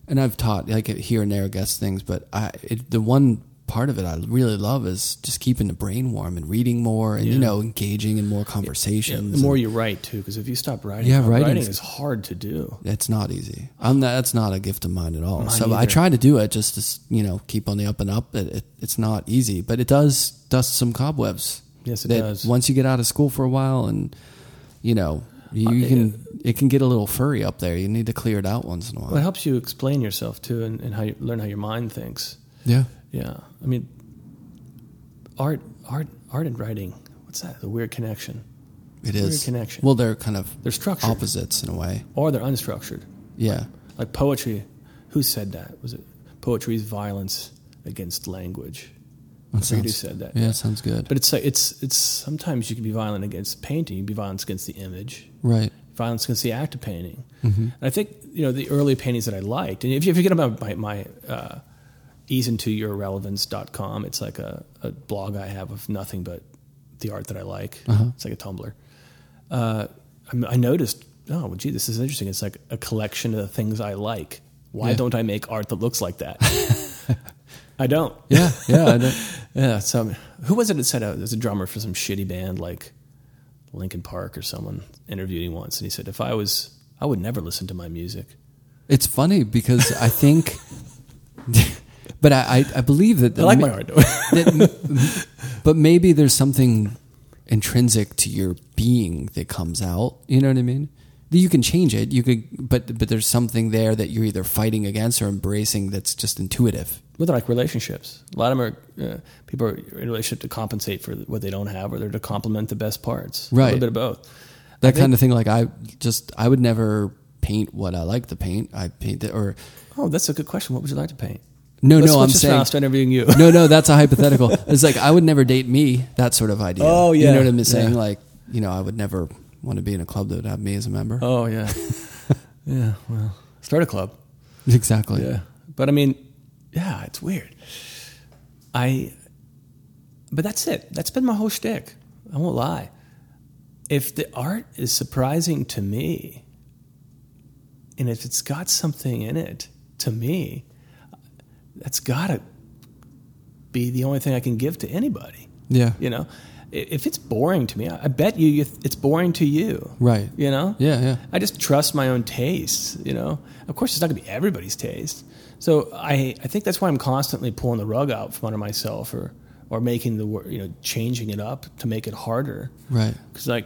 and I've taught like here and there guest things, but I it, the one part of it I really love is just keeping the brain warm and reading more and you know engaging in more conversations.
the more
and-
you write too, because if you stop writing,
Yeah,
writing,
writing's-
is hard to do.
It's not easy. I'm not, that's not a gift of mine at all.
Mine
so I
either.
try to do it just to you know keep on the up and up. It, it, it's not easy, but it does dust some cobwebs.
Yes, it
that
does.
Once you get out of school for a while, and you know you, you can it can get a little furry up there. You need to clear it out once in a while.
Well, it helps you explain yourself too, and, and how you learn how your mind thinks.
yeah,
Yeah, I mean, art, art, art, and writing. What's that? The weird connection,
it
Weird
is.
connection.
Well, they're kind of
They're structured.
opposites in a way.
or they're unstructured.
Yeah,
Like poetry. Who said that? Was it poetry's violence against language?
that
Somebody
sounds-
said that.
Yeah, sounds good.
But it's like it's it's sometimes you can be violent against painting, you can be violent against the image,
right.
violence against the act of painting. And I think you know the early paintings that I liked, and if you, if you get about my, my uh, easeintouyourrelevance.com, it's like a, a blog I have of nothing but the art that I like. It's like a Tumblr. Uh, I, I noticed, oh, well, gee, this is interesting. It's like a collection of the things I like. Why
Yeah.
don't I make art that looks like that? I don't.
Yeah, yeah. I don't-
Yeah, so who was it that said uh, there's a drummer for some shitty band like Linkin Park or someone interviewed him once, and he said if I was I would never listen to my music.
It's funny because I think, but I, I, I believe that
I like my art.
that, but maybe there's something intrinsic to your being that comes out. You know what I mean? That You can change it. You could, but but there's something there that you're either fighting against or embracing that's just intuitive.
Well, they're like relationships. A lot of them are uh, people are in a relationship to compensate for what they don't have, or they're to complement the best parts. A
Right.
little bit of both.
That kind of thing. Like I just, I would never paint what I like to paint. I paint it, or
Oh, that's a good question. What would you like to paint?
no,
Let's-
no,
let's
I'm
just
saying
not start interviewing you.
no, no, that's a hypothetical. It's like I would never date me. That sort of idea.
Oh,
you
yeah.
know what I'm saying?
Yeah.
Like you know, I would never want to be in a club that would have me as a member.
Oh yeah, yeah. Well, start a club.
Exactly.
Yeah, but I mean, yeah, it's weird. I, but that's it. That's been my whole shtick. I won't lie. If the art is surprising to me, and if it's got something in it to me, that's gotta be the only thing I can give to anybody.
Yeah.
You know, I- if it's boring to me, I I bet you you- it's boring to you.
Right.
You know.
Yeah, yeah.
I just trust my own tastes, you know. Of course, it's not going to be everybody's taste. So I, I think that's why I'm constantly pulling the rug out from under myself, or or making the wor- you know changing it up to make it harder.
Right.
Because like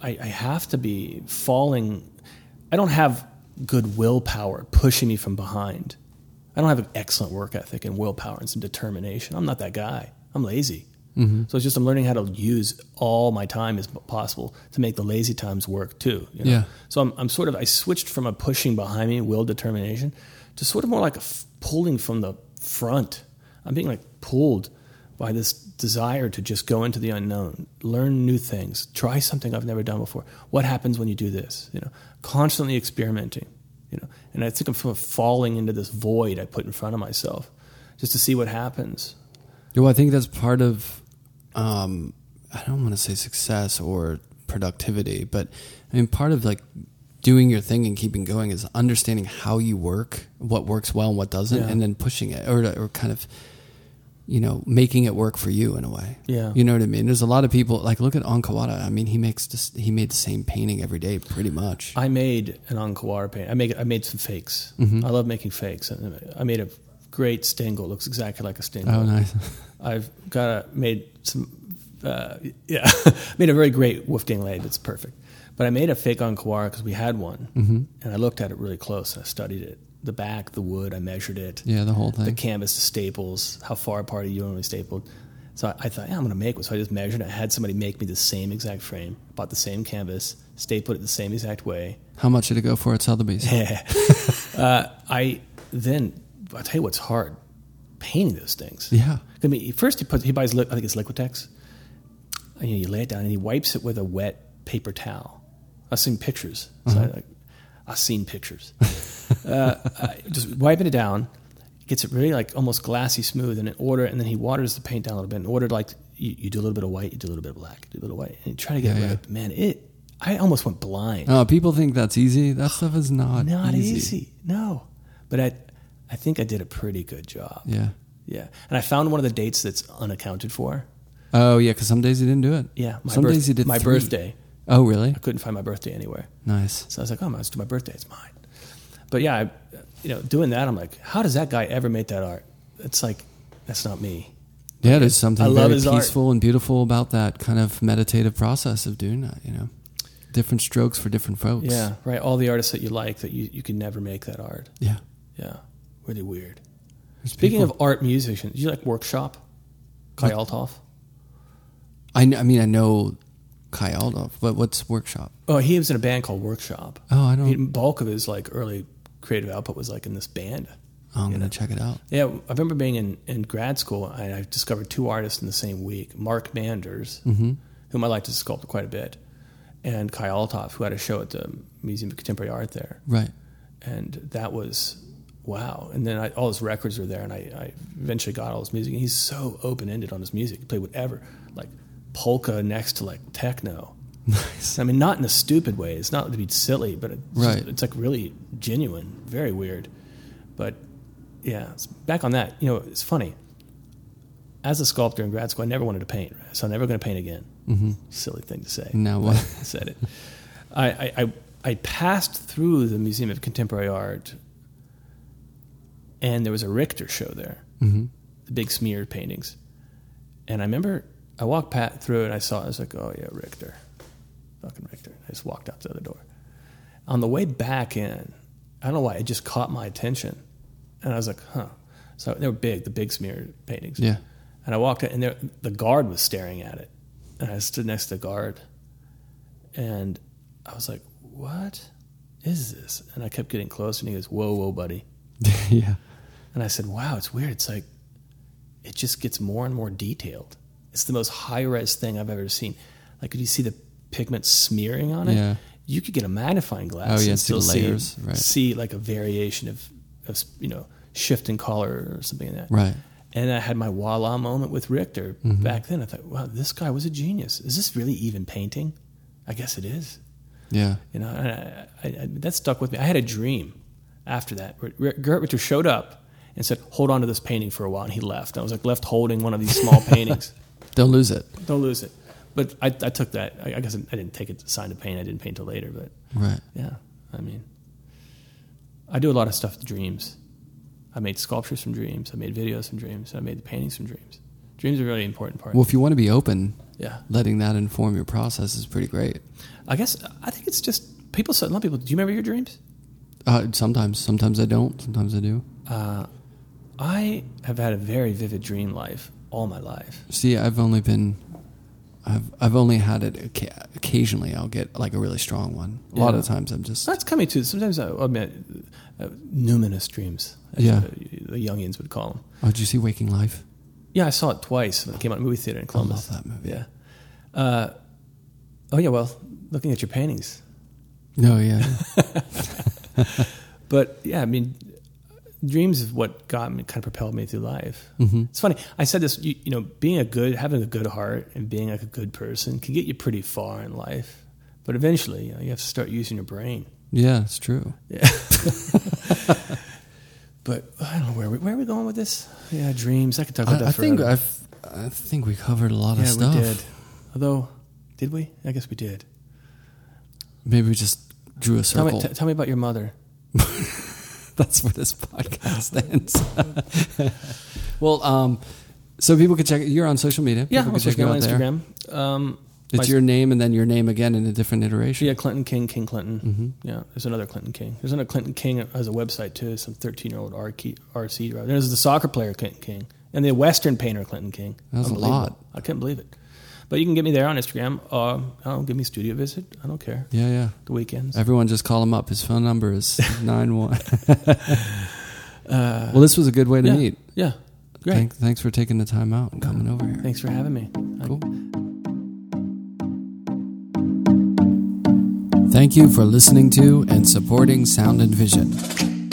I, I have to be falling. I don't have good willpower pushing me from behind. I don't have an excellent work ethic and willpower and some determination. I'm not that guy. I'm lazy. So it's just I'm learning how to use all my time as possible to make the lazy times work too. you know?
Yeah.
So I'm, I'm sort of I switched from a pushing behind me will determination to sort of more like a f- pulling from the front. I'm being like pulled by this desire to just go into the unknown, learn new things, try something I've never done before. What happens when you do this? You know, constantly experimenting. You know, and I think I'm sort of falling into this void I put in front of myself just to see what happens.
Well, I think that's part of, um, I don't want to say success or productivity, but I mean, part of like doing your thing and keeping going is understanding how you work, what works well and what doesn't,
Yeah.
and then pushing it or, or kind of, you know, making it work for you in a way.
Yeah.
You know what I mean? There's a lot of people like, look at Onkawada. I mean, he makes this, he made the same painting every day pretty much.
I made an Ankawara painting. I make I made some fakes. I love making fakes. And uh, I made a great stingle. Looks exactly like a stingle.
oh, nice.
I've got a, made some. Uh, yeah, made a very great woofing lay that's perfect. But I made a fake Ankawara because we had one,
Mm-hmm.
and I looked at it really close and I studied it. The back, the wood, I measured it
yeah. The whole
the
thing.
canvas to staples, how far apart are you normally stapled? So I, I thought, yeah, I'm going to make one. So I just measured. it. I had somebody make me the same exact frame, bought the same canvas, stapled it the same exact way.
How much did it go for at Sotheby's?
Uh, I then I tell you what's hard, painting those things.
Yeah.
I mean, first he puts he buys li- I think it's Liquitex. And, you, know, you lay it down and he wipes it with a wet paper towel. I've seen pictures. So
Mm-hmm.
I, like, I've seen pictures. uh, I- just wiping it down gets it really like almost glassy smooth and in order. And then he waters the paint down a little bit in order. to, Like you, you do a little bit of white, you do a little bit of black, you do a little white, and you try to get
Yeah,
it
yeah.
right. Man, it I almost went blind
Oh, people think that's easy. That stuff is not,
not easy. No, but I, I think I did a pretty good job.
Yeah.
Yeah, and I found one of the dates that's unaccounted for.
Oh yeah, because some days he didn't do it.
Yeah, my
some
birth-
days he did
my
three.
birthday.
Oh really?
I couldn't find my birthday anywhere,
Nice.
so I was like, "Oh, man, it's my birthday. It's mine." But yeah, I, you know, doing that, I'm like, "How does that guy ever make that art?" It's like, that's not me.
Yeah, there's something
I love
very
his art.
peaceful and beautiful about that kind of meditative process of doing that. You know, different strokes for different folks.
Yeah, right. All the artists that you like that you you can never make that art.
yeah.
Yeah, really weird.
There's
Speaking
people-
of art musicians, do you like workshop? Kai Althoff.
I, kn- I mean, I know Kai Aldov, but what's workshop?
Oh, he was in a band called Workshop.
Oh, I don't.
He- bulk of his like early creative output was like in this band.
Oh, I'm gonna check it out.
Yeah, I remember being in, in grad school and I discovered two artists in the same week: Mark Manders, whom I like to sculpt quite a bit, and Kai Althoff, who had a show at the Museum of Contemporary Art there.
Right.
And that was wow. And then I, all his records were there, and I, I eventually got all his music. And he's so open ended on his music; he played whatever, like polka next to like techno.
Nice.
I mean, not in a stupid way. It's not to be silly, but it's, just-
Right.
it's like really genuine, very weird. But yeah, it's- back on that, you know, it's funny. As a sculptor in grad school, I never wanted to paint, right? so I'm never going to paint again. Mm-hmm. Silly thing to say.
Now what?
I said it. I, I, I, I passed through the Museum of Contemporary Art, and there was a Richter show there, mm-hmm. the big smeared paintings. And I remember I walked pat through it. I saw it. I was like, oh yeah, Richter, fucking Richter. I just walked out the other door. On the way back in, I don't know why it just caught my attention, and I was like, huh. So they were big, the big smeared paintings.
Yeah.
And I walked in, and there, the guard was staring at it. And I stood next to the guard, and I was like, "What is this? And I kept getting close, and he goes, "Whoa, whoa, buddy."
yeah.
And I said, wow, it's weird. It's like, it just gets more and more detailed. It's the most high res thing I've ever seen. Like, could you see the pigment smearing on it?
Yeah.
You could get a magnifying glass
Oh, yeah,
and
see the
still see,
layers, right.
see like a variation of, of, you know, shift in color or something like that.
Right.
And I had my voila moment with Richter back then. I thought, wow, this guy was a genius. Is this really even painting? I guess it is
Yeah.
you know, and I, I, I, that stuck with me. I had a dream after that. where- where Gert Richter showed up and said, "Hold on to this painting for a while," and he left. I was like left holding one of these small paintings.
Don't lose it.
Don't lose it. But I, I took that. I, I guess I didn't take it to sign to paint. I didn't paint till later. But
Right.
yeah, I mean, I do a lot of stuff with dreams. I made sculptures from dreams. I made videos from dreams. I made the paintings from dreams. Dreams are a really important part.
Well, if you want to be open,
yeah.
letting that inform your process is pretty great.
I guess I think it's just people. A lot of people. Do you remember your dreams?
Uh, sometimes, sometimes I don't. Sometimes I do.
I have had a very vivid dream life all my life.
See, I've only been, I've I've only had it occa- occasionally. I'll get like a really strong one. A lot of
Yeah.
times I'm just
That's coming to sometimes I admit uh, numinous dreams, as
Yeah.
the, the Jungians would call them.
Oh, did you see Waking Life?
Yeah, I saw it twice when it came out in a movie theater in
I
Columbus.
love that movie.
Yeah. Uh, oh yeah. Well, looking at your paintings,
No, yeah.
but yeah, I mean, dreams is what got me, kind of propelled me through life.
Mm-hmm.
It's funny. I said this, you, you know, being a good, having a good heart and being like a good person can get you pretty far in life, but eventually, you know, you have to start using your brain.
yeah, it's true.
Yeah. but I don't know where we, where are we going with this. Yeah, dreams. I could talk about
I,
that
I
forever.
think I've I think we covered a lot
yeah,
of stuff.
we did. Although, did we? I guess we did.
Maybe we just drew a
Tell
circle.
me, t- tell me about your mother.
That's where this podcast ends. well, um, so people can check. You're on social media.
Yeah,
people can
on
check
social
you
media,
out
on
there.
Instagram. Um, my-
It's your name and then your name again in a different iteration.
yeah, Clinton King, King Clinton.
Mm-hmm.
Yeah, there's another Clinton King. There's another Clinton King that has a website too. Some 13 year old RC driver. There's the soccer player Clinton King and the Western painter Clinton King.
That was a
Unbelievable.
lot.
I couldn't believe it. But you can get me there on Instagram. Uh, oh, give me a studio visit. I don't care.
Yeah, yeah.
The weekends.
Everyone just call him up. His phone number is nine one. Well, this was a good way to
Uh, yeah,
meet.
Yeah. Great.
Thank, thanks for taking the time out and coming over here.
Thanks for having me. I-
Cool. Thank you for listening to and supporting Sound and Vision.